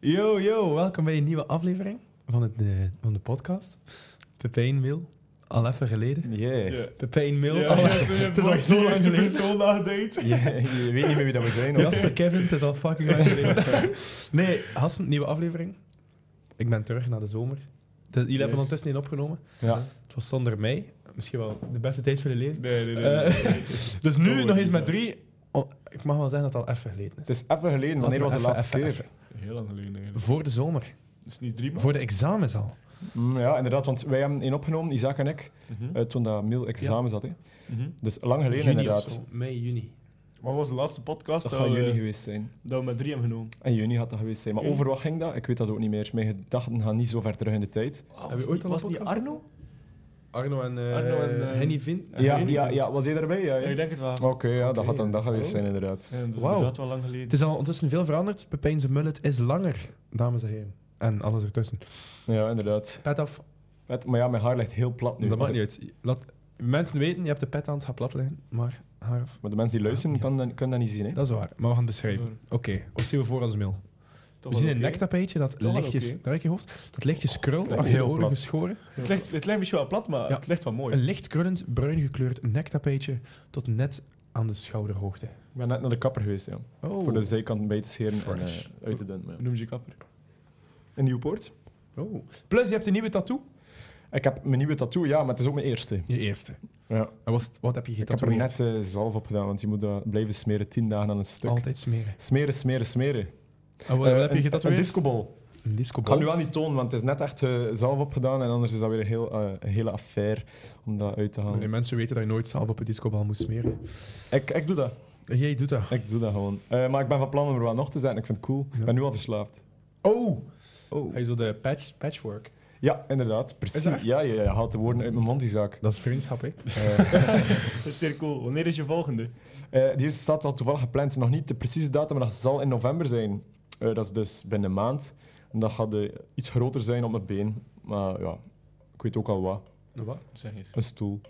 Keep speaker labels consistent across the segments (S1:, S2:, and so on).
S1: Yo, yo, welkom bij een nieuwe aflevering van, het, eh, van de podcast. Pepijn Mil, al even geleden.
S2: Yeah.
S1: Pepijn Mil,
S3: Ja,
S1: al-
S3: ja,
S1: het
S3: toen
S1: is al
S3: je
S1: zo lang
S3: eerste
S1: geleden.
S3: persoon aangedate.
S2: Je, je weet niet meer wie dat we zijn. of-
S1: Jasper Kevin, het is al fucking lang geleden. nee, Hassen, nieuwe aflevering. Ik ben terug na de zomer. Het is- jullie hebben
S3: Yes.
S1: ondertussen niet opgenomen.
S2: Ja.
S1: Het was zonder mij. Misschien wel de beste tijd van je leven.
S3: Nee, nee, nee.
S1: Eh,
S3: nee, nee.
S1: dus
S3: Oh,
S1: nu nog
S3: die
S1: eens met
S3: zijn.
S1: drie. Oh, ik mag wel zeggen dat het al even geleden is.
S2: Het is even geleden,
S1: Laten
S2: wanneer
S1: we
S2: was de
S1: even-
S2: laatste
S1: even-
S2: keer?
S3: Heel lang geleden eigenlijk.
S1: Voor de zomer.
S3: Is het niet drie
S1: Voor de examens al.
S2: Mm, ja, inderdaad, want wij hebben één opgenomen, Isaac en ik,
S3: Mhm,
S2: eh, toen dat Miel examen zat. Hè.
S3: mhm.
S2: Dus lang geleden
S1: Juni of
S2: inderdaad.
S1: zo. eh, Mei, juni.
S3: Wat was de laatste podcast
S2: Dat Ah,
S3: dat,
S2: gaat
S3: we,
S2: juni geweest zijn.
S3: dat we met drie hebben genomen?
S2: En juni had dat geweest zijn. Maar
S3: Juni.
S2: over wat ging dat? Ik weet dat ook niet meer. Mijn gedachten gaan niet zo ver terug in de tijd.
S1: Hebben we ooit al een
S3: was die
S1: podcast
S3: Arno?
S1: Arno en, eh
S3: Arno en, eh,
S1: Henny Vin.
S3: Ja,
S2: Ja,
S3: weet
S2: ja,
S3: niet.
S2: ja. Was jij daarbij? Ja,
S3: Ja,
S2: ja.
S3: ik denk het wel.
S2: Oké, ja, dat
S1: Oké. Oh.
S2: gaat dan dat geweest zijn inderdaad.
S3: Ja, dat is
S1: Wauw.
S3: inderdaad wel lang geleden.
S1: Het is al ondertussen veel veranderd. Pepijn zijn mullet is langer, dames en heren. En alles ertussen.
S2: Ja, inderdaad.
S1: Pet af.
S2: Met, maar ja, mijn haar ligt heel plat nu.
S1: dat
S2: Als
S1: maakt
S2: ik-
S1: niet uit. Laat, mensen weten, je hebt de pet aan, het gaat plat liggen. Maar haar af.
S2: Maar de mensen die luisteren,
S1: Ja.
S2: kan dat- kunnen dat niet zien. Hè.
S1: Dat is waar, maar we gaan het beschrijven. Oké, wat zien we voor als mil?
S3: Toch
S1: We
S3: wel
S1: zien een
S3: oké.
S1: nektapijtje dat
S3: wel
S1: lichtjes...
S3: oké.
S1: Daar heb je hoofd. Dat lichtjes krult,
S2: echt
S1: achter de
S2: heel
S1: oren
S2: plat.
S1: geschoren.
S3: Het ligt, het lijkt misschien wel plat, maar
S1: Ja.
S3: het ligt wel mooi.
S1: Een licht krullend, bruin gekleurd nektapijtje tot net aan de schouderhoogte.
S2: Ik ben net naar de kapper geweest, ja.
S1: Oh.
S2: Voor de zijkant bij te scheren en
S1: Fresh.
S2: eh, uit te doen. maar
S3: Hoe
S2: ja.
S3: noem je kapper?
S2: In Nieuwpoort?
S1: oh. Plus, je hebt een nieuwe tattoo.
S2: Ik heb mijn nieuwe tattoo, ja, maar het is ook mijn eerste.
S1: Je eerste.
S2: Ja.
S1: En was, het- wat heb je
S2: Ik heb er
S1: getatoeëerd?
S2: net eh, zalf op gedaan, want je moet dat blijven smeren tien dagen aan een stuk.
S1: Altijd smeren.
S2: Smeren, smeren, smeren.
S1: En Ah, wat,
S2: Eh,
S1: wat heb je
S2: een- Een
S1: getatoeëerd?
S2: discobal.
S1: Een disco
S2: Ik ga nu
S1: bal.
S2: aan niet tonen, want het is net echt eh, zalf op gedaan en anders is dat weer een, heel, eh, een hele affaire om dat uit te halen.
S1: Nee, mensen weten dat je nooit zelf op een discobal moet smeren.
S2: Ik, ik doe dat.
S1: En Eh, jij doet dat.
S2: Ik doe dat gewoon. Eh, maar ik ben van plan om er wat nog te zijn. Ik vind het cool.
S1: Ja.
S2: Ik ben nu al verslaafd.
S1: Oh!
S2: Oh.
S1: Hij is zo de patch, patchwork.
S2: Ja, inderdaad.
S1: Is
S2: Precies.
S1: dat echt?
S2: Ja, ja, ja, je haalt de woorden uit mijn mond, die zaak.
S1: Dat is vriendschap, hè?
S2: Eh,
S3: Dat is zeer cool. Wanneer is je volgende?
S2: Eh, die staat al toevallig gepland. Nog niet de precieze datum, maar dat zal in november zijn. Eh, dat is dus binnen een maand. En dat gaat eh, iets groter zijn op mijn been. Maar ja, ik weet ook al wat.
S1: Nou, Wat?
S3: Zeg eens.
S2: Een stoel.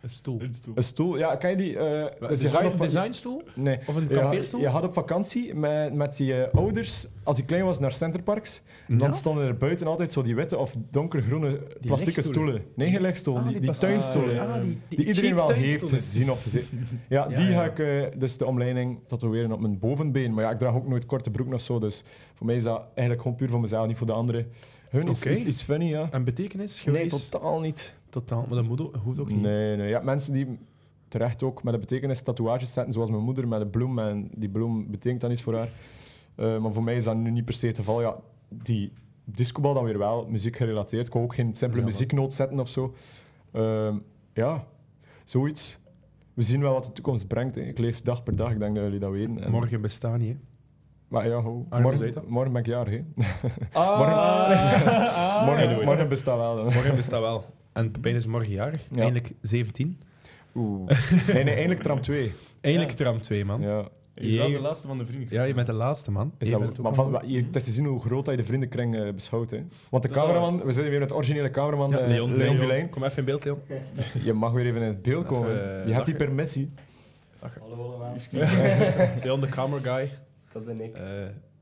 S1: Een stoel.
S3: Een stoel.
S2: een stoel. Ja, kan je die... eh,
S1: Wat,
S2: dus je
S1: design-
S2: gaat
S1: een
S2: op-
S1: designstoel?
S2: Nee.
S1: Of een
S2: Je gaat-
S1: kampeerstoel?
S2: Je had op vakantie met, met die eh, ouders, als ik klein was, naar Centerparks. En dan
S1: Ja?
S2: stonden er buiten altijd zo die witte of donkergroene plastieke
S1: legstoelen. Ah,
S2: stoelen. Nee, geen legstoel, die, die,
S1: past-
S2: tuinstoelen.
S1: Ah,
S3: ja.
S1: die,
S2: Die iedereen
S1: cheap
S2: wel heeft
S1: tuinstoelen.
S2: gezien of gezien. Ja,
S1: Ja,
S2: die
S1: ja.
S2: ga ik eh, dus de omleiding tatoeëren op mijn bovenbeen. Maar ja, ik draag ook nooit korte broeken of zo. Dus voor mij is dat eigenlijk gewoon puur voor mezelf, niet voor de anderen. Hun is,
S1: Oké.
S2: is, is funny, ja.
S1: En betekenis
S2: Nee,
S1: geweest?
S2: totaal niet.
S1: totaal. Maar dat moet ook, hoeft ook niet.
S2: Nee, nee. Ja, mensen die terecht ook met de betekenis tatoeages zetten, zoals mijn moeder met een bloem. En die bloem betekent dan iets voor haar. Eh, maar voor mij is dat nu niet per se het geval. Ja, die discobal dan weer wel, muziek gerelateerd. Ik wou ook geen simpele
S1: Ja, maar-
S2: muzieknoot zetten of zo. Ehm, ja, zoiets. We zien wel wat de toekomst brengt. hè. Ik leef dag per dag, ik denk dat jullie dat weten. En-
S1: Morgen bestaan niet, hè?
S2: Maar ja, ho,
S1: Ah, hoe heet
S2: morgen,
S1: dat?
S2: morgen ben ik jarig. hè.
S1: Ah,
S2: Morgen-
S3: Ah,
S2: morgen,
S3: ja, doe
S2: morgen bestaat wel. hè.
S1: Morgen bestaat wel. En Pepijn is morgen jarig.
S2: Ja.
S1: Eindelijk 17.
S2: Oeh. Nee, nee, eindelijk tram 2.
S1: Eindelijk
S3: Ja.
S1: tram 2, man. Ja.
S2: Ja.
S3: het. Je bent
S1: Jee.
S3: de laatste van de vrienden.
S1: je bent de laatste, man.
S2: Is
S1: Jij
S2: dat,
S1: bent ook
S2: maar
S1: al-
S2: van, wa- je, het is te zien hoe groot hij de vriendenkring eh, beschouwt. Hè. Want de
S3: Dat is
S2: cameraman, we zitten weer met de originele cameraman
S1: Ja,
S2: eh,
S1: Leon,
S2: Leon
S1: Leon.
S2: Villain.
S1: Kom even in beeld, Leon.
S2: Je mag weer even in het beeld
S1: Even,
S2: komen.
S1: eh,
S2: je hebt die
S1: lachen.
S2: permissie.
S4: Hallo allemaal,
S1: Leon, de camera guy.
S4: dat ben ik.
S1: Eh,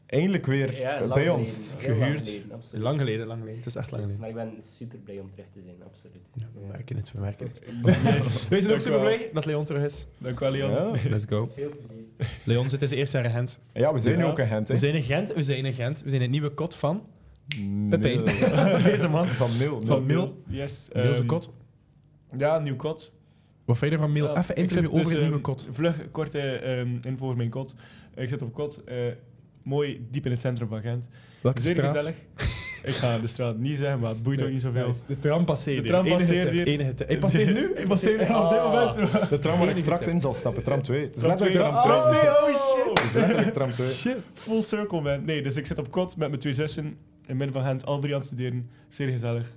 S2: Eindelijk weer
S4: Ja,
S2: eh,
S4: lang
S2: bij
S4: geleden.
S2: ons.
S4: Heel
S1: gehuurd.
S4: Lang geleden, absoluut.
S1: lang geleden, lang geleden. Het is echt lang geleden.
S4: Maar ik ben super blij om terug te zijn, absoluut.
S1: We merken het, we merken het.
S3: Yes.
S1: Wees er ook
S3: Dank
S1: super
S3: u wel.
S1: blij dat Leon terug is.
S3: Dank wel, Leon.
S2: Ja.
S1: Let's go.
S4: Veel plezier.
S1: Leon zit in zijn eerste jaar in Gent.
S2: ja, we zijn nu
S3: Ja.
S2: ook in Gent. Hè.
S1: We zijn in Gent, we zijn in Gent. We zijn in het nieuwe kot van Pepijn.
S2: Mil.
S1: Deze man.
S2: Van Mil.
S3: Van
S2: Mil.
S3: Mil. Yes.
S1: Mil zijn
S3: ehm,
S1: kot.
S3: Ja, een nieuw kot.
S1: Wat vind je van Mil?
S3: Ja,
S1: Even
S3: ik
S1: interview
S3: zit dus,
S1: over het
S3: ehm,
S1: nieuwe kot.
S3: Vlug, korte ehm info over mijn kot. Ik zit op kot, eh, mooi diep in het centrum van Gent.
S1: Welke
S3: Zeer
S1: straat?
S3: gezellig. Ik ga de straat niet zeggen, maar het boeit ook niet zoveel.
S1: Nice. De tram passeert
S3: De tram
S1: hier. Enige
S3: passeert
S1: tip,
S3: hier.
S1: enige tip. Ik passeer nu? Ik passeer nu
S3: Op dit
S1: Ah.
S3: moment.
S2: De tram waar ik
S1: Enige
S2: straks
S1: tip.
S2: in zal stappen, tram 2. Het is
S3: Tram
S2: letterlijk
S3: twee.
S2: tram
S3: Ah,
S2: 2.
S3: twee, oh
S2: Het is
S3: shit.
S2: letterlijk tram 2.
S3: Shit. Full circle, man. Nee, dus ik zit op kot met mijn twee zussen. In het midden van Gent, al drie aan het studeren. Zeer gezellig.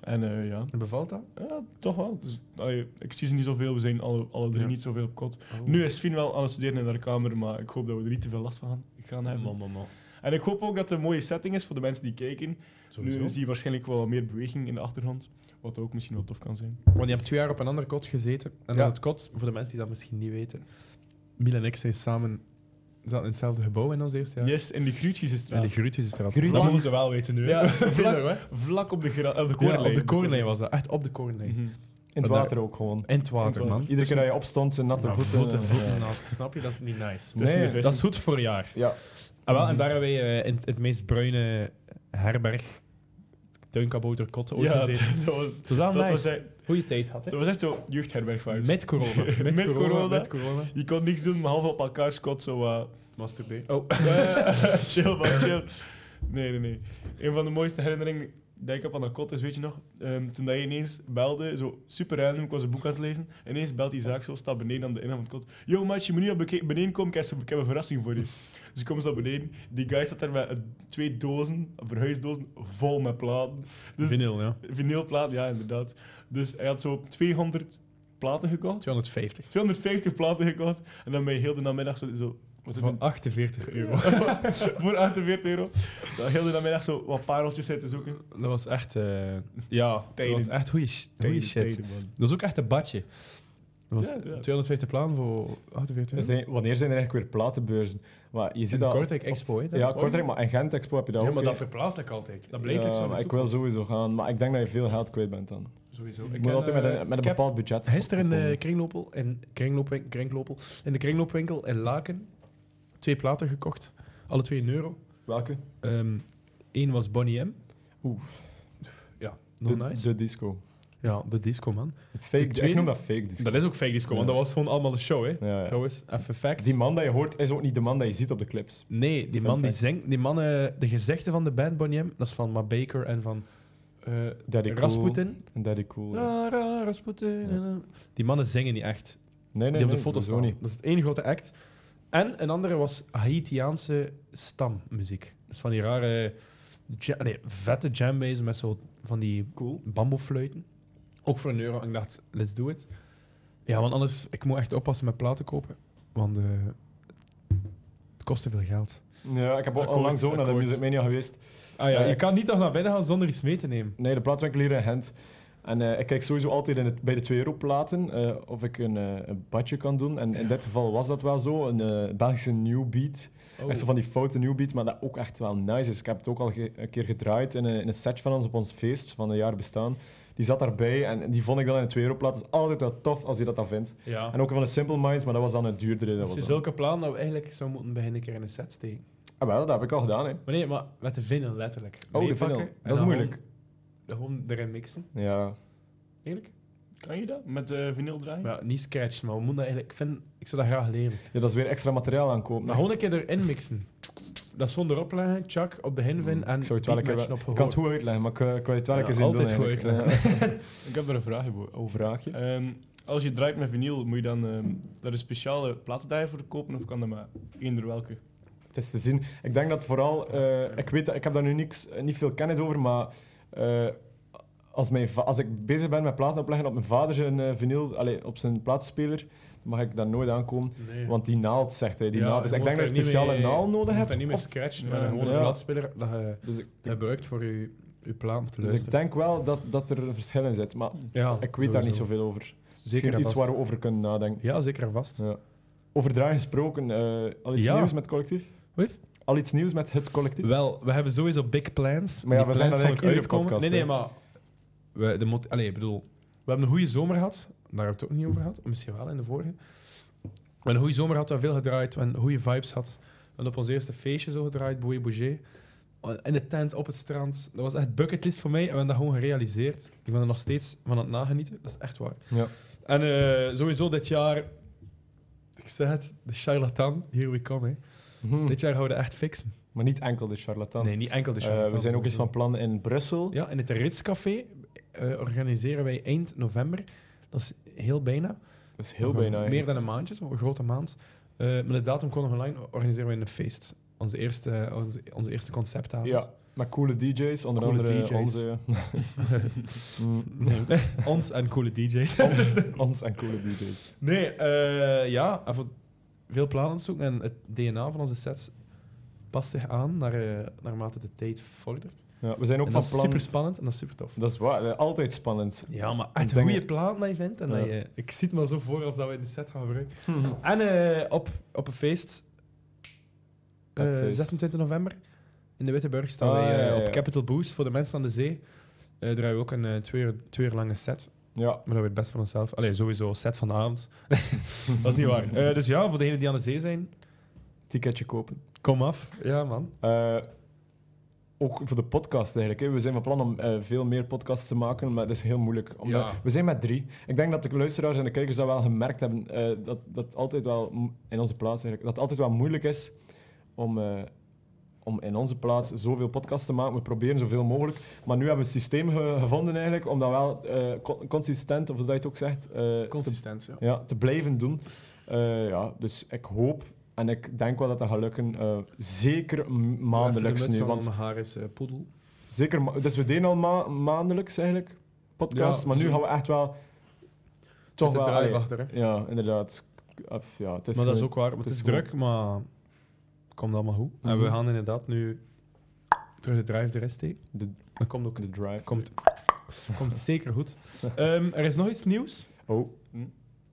S3: En eh, ja.
S1: Bevalt dat?
S3: ja, toch wel. Dus, allee, ik zie ze niet zoveel, we zijn alle, alle drie
S1: Ja.
S3: niet zoveel op kot. Nu is Fien wel aan het studeren in haar kamer, maar ik hoop dat we er niet te veel last van gaan hebben.
S1: Man, man, man.
S3: En ik hoop ook dat het een mooie setting is voor de mensen die kijken. Nu
S1: Sowieso.
S3: zie je waarschijnlijk wel wat meer beweging in de achtergrond, wat ook misschien wel tof kan zijn.
S1: Want je hebt twee jaar op een ander kot gezeten. En
S2: Ja.
S1: dat kot, voor de mensen die dat misschien niet weten. Miel en ik zijn samen zaten in hetzelfde gebouw in ons eerste jaar.
S3: Yes, in de
S1: En
S3: Gruutjesstraat.
S1: de Groetjesstraat.
S2: Groetjes.
S1: Dat moeten we wel weten nu. hè.
S3: Ja,
S1: Vind je
S3: vlak,
S1: dat, hè?
S3: vlak op de, gra- op de
S1: Ja,
S3: koorlijn.
S1: op de koorlijn was dat. Echt op de koorlijn.
S3: Mhm.
S2: In het
S1: Maar
S2: water ook gewoon.
S1: In het water,
S3: In het
S1: man.
S2: Iedere keer dat je opstond, zijn natte
S1: Ja,
S2: voeten.
S1: Nou, voeten,
S2: eh,
S1: voeten
S2: ja.
S1: nat. Snap je? Dat is niet nice.
S2: Nee,
S3: Tussen de vissen.
S1: Dat is goed voor jaar.
S2: Ja,
S1: Ah,
S3: Mhm.
S1: wel, en daar hebben wij eh, in het- het meest bruine herberg tuinkabouter kotten ooit
S3: Ja,
S1: gezeten.
S3: dat was,
S1: Het was wel
S3: dat,
S1: nice.
S3: was echt,
S1: Goeie tijd had, hè?
S3: dat was echt zo jeugdherberg vibes.
S1: Met corona. Met,
S3: Met
S1: corona,
S3: corona.
S1: Met corona.
S3: Je kon niks doen, behalve op elkaar scot zo... eh,
S1: Masturberen. Oh.
S3: Eh, chill, man, chill. Nee, nee, nee. Een van de mooiste herinneringen die ik heb aan dat kot is, weet je nog, ehm, toen dat je ineens belde, zo super random, ik was een boek aan het lezen, ineens belt Isaac zo, staat beneden aan de ingang van het kot. Yo, maat, je moet niet naar beke- beneden komen, ik heb- ik heb een verrassing voor je. Dus ik kom zo naar beneden, die guy staat daar met eh, twee dozen, verhuisdozen, vol met platen. Dus
S1: Vinyl, ja.
S3: vinylplaten, ja, inderdaad. Dus hij had zo 200 platen gekocht,
S1: 250.
S3: 250 platen gekocht, en dan ben je heel de namiddag zo... zo was het een-
S1: Van 48 euro.
S3: voor 48 euro. Dan heel de namiddag zo wat pareltjes zitten zoeken.
S1: Dat was echt... eh, ja,
S3: Tijden.
S1: dat was echt goeie, sh- goeie shit.
S3: man.
S1: Dat was ook echt een badje. Dat was
S3: Ja, inderdaad.
S1: 250 plan voor 48
S2: er
S1: euro.
S2: zijn, wanneer zijn er eigenlijk weer platenbeurzen? Maar je ziet
S1: In
S2: dat...
S1: Kortrijk Expo, hè? daar.
S2: Ja, Kortrijk, maar in Gent Expo heb je dat
S1: Ja,
S2: ook.
S1: maar dat
S2: hè.
S1: verplaatst ik altijd. Dat bleef
S2: Ja,
S1: ik zo
S2: maar
S1: naartoe.
S2: ik wil sowieso gaan, maar ik denk dat je veel geld kwijt bent dan.
S1: Sowieso.
S2: Ik moet altijd met een, met een bepaald budget.
S1: eh, Gisteren eh, in de
S2: opkomen.
S1: kringloopwinkel, in, kringloopwinkel, kringloopel, in de kringloopwinkel in Laken twee platen gekocht. Alle twee een euro.
S2: Welke?
S1: Eén was Bonnie M.
S2: Oeh.
S1: Ja, nog
S2: De,
S1: nice.
S2: de disco.
S1: ja, de disco, man.
S2: Fake,
S1: tweede-
S2: ik noem dat fake disco.
S1: Dat is ook fake disco, want
S2: Ja.
S1: dat was gewoon allemaal de show, hè.
S2: Ja, ja.
S1: Trouwens, even fact.
S2: Die man dat je hoort is ook niet de man dat je ziet op de clips.
S1: nee, die
S2: Fun
S1: man die
S2: fact.
S1: zingt, die man, eh, de gezegden van de band Bonnie M, dat is van Ma Baker en van eh,
S2: Daddy cool.
S1: Rasputin. Ah.
S2: En Daddy Cool.
S1: Ra,
S2: ja.
S1: ra, Rasputin. na, na. Die mannen zingen niet echt.
S2: Nee, nee,
S1: die op
S2: nee,
S1: de foto
S2: sowieso
S1: staan.
S2: niet.
S1: Dat is het één grote act. En een andere was Haitiaanse stammuziek. Dus van die rare, ja- nee, vette jambazen met zo van die
S2: Cool.
S1: bamboefluiten. Ook voor een euro. En ik dacht, let's do it. Ja, want anders, ik moet echt oppassen met platen kopen. Want eh, het kost te veel geld.
S2: Ja, ik heb al
S1: Akkoord,
S2: onlangs ook naar de
S1: akkoord.
S2: Music Mania geweest.
S1: Ah ja,
S2: Ja,
S1: je
S2: ik-
S1: kan niet toch naar binnen gaan zonder iets mee te nemen.
S2: Nee, de plaatwinkel hier in Gent. En eh, ik kijk sowieso altijd in het, bij de 2 euro platen eh, of ik een, eh, een badje kan doen. En in dit geval was dat wel zo. Een eh, Belgische new beat. Echt
S1: Oh,
S2: zo van die foute new beat, maar dat ook echt wel nice is. Ik heb het ook al ge- een keer gedraaid in een, in een set van ons op ons feest van een jaar bestaan. Die zat daarbij en die vond ik dan in de 2 euro plaat. Het is altijd wel tof als je dat dan vindt.
S1: ja.
S2: En ook van de Simple Minds, maar dat was dan een duurdere. Dat
S1: Dus
S2: was
S1: je
S2: dan-
S1: zulke plannen dat we eigenlijk zo moeten beginnen een keer in een set steken.
S2: Ah, wel, dat heb ik al gedaan. Hè.
S1: Maar nee, maar met de vinyl letterlijk.
S2: Oh, de
S1: Meepakken
S2: vinyl.
S1: en
S2: Dat is
S1: dan
S2: moeilijk.
S1: Gewoon, gewoon erin mixen,
S2: Ja.
S1: eigenlijk.
S3: Kan je dat? Met eh vinyl draaien?
S1: Maar niet scratchen, maar we moeten dat eigenlijk... Ik, vind, ik zou dat graag leren.
S2: ja, dat is weer extra materiaal aankopen.
S1: Maar gewoon een keer erin mixen. Dat is gewoon erop leggen, chak, op de hinvin en
S2: Mm. ik zou het wel een keer
S1: beatmatchen
S2: Ik kan het goed uitleggen, maar ik, eh, ik wil het wel een
S1: Ja,
S2: keer zien doen.
S1: altijd goed
S2: eigenlijk.
S1: uitleggen.
S3: Ik heb er een vraag voor.
S2: Ja. Oh, vraagje.
S3: Ehm, als je draait met vinyl, moet je dan ehm, daar een speciale plaatdraaier voor kopen of kan dat maar eender welke?
S2: Het is te zien. Ik denk dat vooral, eh, ik weet, dat- ik heb daar nu niks, niet veel kennis over, maar eh, als, mijn va- als ik bezig ben met platen opleggen op mijn vader zijn eh, vinyl, allee, op zijn platenspeler, dan mag ik daar nooit aankomen. Want die naald, zegt hij, die naald. Dus ik denk dat je een speciale naald nodig
S1: Je moet daar
S2: hebt.
S1: niet mee
S2: of-
S1: scratchen,
S3: Ja,
S1: maar gewoon een
S2: ja.
S1: blaadspeler dat je
S2: dus ik,
S1: gebruikt voor je, je plaat te
S2: dus ik
S1: luisteren.
S2: denk wel dat, dat er een verschil in zit, maar
S1: ja,
S2: ik weet daar niet
S1: sowieso.
S2: zoveel over.
S1: Zeker
S2: Zeker
S1: en
S2: iets
S1: vast.
S2: waar we over kunnen nadenken.
S1: Ja, zeker en vast.
S2: Ja. Over draai gesproken, eh, al iets
S1: Ja.
S2: nieuws met collectief?
S1: Wat?
S2: Al iets nieuws met het collectief?
S1: Wel, we hebben sowieso big plans.
S2: Maar ja,
S1: Die
S2: we zijn
S1: plans
S2: dan
S1: gaan ook
S2: eigenlijk iedere
S1: uitkomen.
S2: podcast,
S1: Nee, nee,
S2: hè?
S1: maar... We, de mot- Allee, ik bedoel, we hebben een goede zomer gehad. Daar hebben we het ook niet over gehad. Misschien wel in de vorige. We hebben een goede zomer gehad. We hebben veel gedraaid. We hebben goede vibes gehad. We hebben op ons eerste feestje zo gedraaid. Boeie Bouger. In de tent, op het strand. Dat was echt bucketlist voor mij. En we hebben dat gewoon gerealiseerd. Ik ben er nog steeds van aan het nagenieten. Dat is echt waar.
S2: Ja.
S1: En eh, sowieso dit jaar... Ik zeg het, de charlatan. Here we come, hè.
S2: Mhm.
S1: Dit jaar gaan we dat echt fixen.
S2: Maar niet enkel de charlatan.
S1: Nee, niet enkel de
S2: Eh,
S1: charlatan.
S2: we zijn ook eens van plan in Brussel.
S1: Ja, in het Ritscafé eh, organiseren wij eind november. Dat is heel bijna.
S2: Dat is heel bijna.
S1: Meer
S2: eigenlijk.
S1: dan een maandje, zo'n grote maand. Eh met de datum kon nog online organiseren wij een feest. Onze eerste, eh, onze, onze eerste conceptavond.
S2: Ja, maar coole DJ's, onder
S1: Coole
S2: andere
S1: DJs.
S2: onze. Mm,
S1: Ons en coole DJ's.
S2: ons en coole DJ's.
S1: nee, eh, ja, en voor veel plannen zoeken. En het DNA van onze sets past zich aan naar, eh, naarmate de tijd vordert.
S2: Ja, we zijn ook
S1: en dat is
S2: van plan.
S1: super spannend en dat is super tof.
S2: Dat is waar, eh, altijd spannend.
S1: Ja, maar
S2: Ik
S1: echt een
S2: denk-
S1: goede plaat dat je vindt. En dat
S2: Ja.
S1: je, ik zie het me zo voor als dat we in de set gaan gebruiken. en eh, op, op een feest eh,
S2: Blackfeest.
S1: 26 november. In de Witteburg staan
S2: Ah,
S1: wij eh,
S2: ja, ja, ja.
S1: op Capital Boost voor de mensen aan de zee. Eh draaien we ook een eh, twee, uur, twee uur lange set.
S2: Ja.
S1: Maar dat we het best van onszelf. Allee, sowieso, set van de avond. dat is niet waar. Eh, dus ja, voor degenen die aan de zee zijn,
S2: Ticketje kopen.
S1: kom af. Ja, man.
S2: Eh, ook voor de podcast eigenlijk. Hè. We zijn van plan om eh, veel meer podcasts te maken, maar dat is heel moeilijk. Omdat
S1: Ja.
S2: We zijn met drie. Ik denk dat de luisteraars en de kijkers dat wel gemerkt hebben, eh, dat, dat altijd wel mo- in onze plaats eigenlijk, dat het altijd wel moeilijk is om, eh, om in onze plaats zoveel podcasts te maken. We proberen zoveel mogelijk. Maar nu hebben we een systeem ge- gevonden eigenlijk, om dat wel eh, co- consistent, of hoe dat je het ook zegt, eh, te
S1: Consistent, ja.
S2: ja, te blijven doen. Eh, ja, dus ik hoop en ik denk wel dat dat gaat lukken. eh, zeker m- maandelijks nu. Want
S1: mijn haar is eh, poedel.
S2: zeker, ma- dus we deden al ma- maandelijks eigenlijk podcast,
S1: Ja,
S2: maar nu
S1: zo-
S2: gaan we echt wel.
S1: Toch
S2: Toch
S1: de
S2: wel.
S1: drive
S2: allee,
S1: achter, hè.
S2: ja, inderdaad. Of, ja, het is
S1: Maar dat is
S2: gewoon-
S1: ook waar. want Het
S2: het
S1: is,
S2: is gewoon-
S1: druk, maar het komt allemaal goed. En we
S2: Mhm.
S1: gaan inderdaad nu terug de drive de rest heen.
S2: de,
S1: Dat komt ook.
S2: de drive.
S1: Komt, komt zeker goed. Ehm, er is nog iets nieuws.
S2: Oh.
S3: Hm?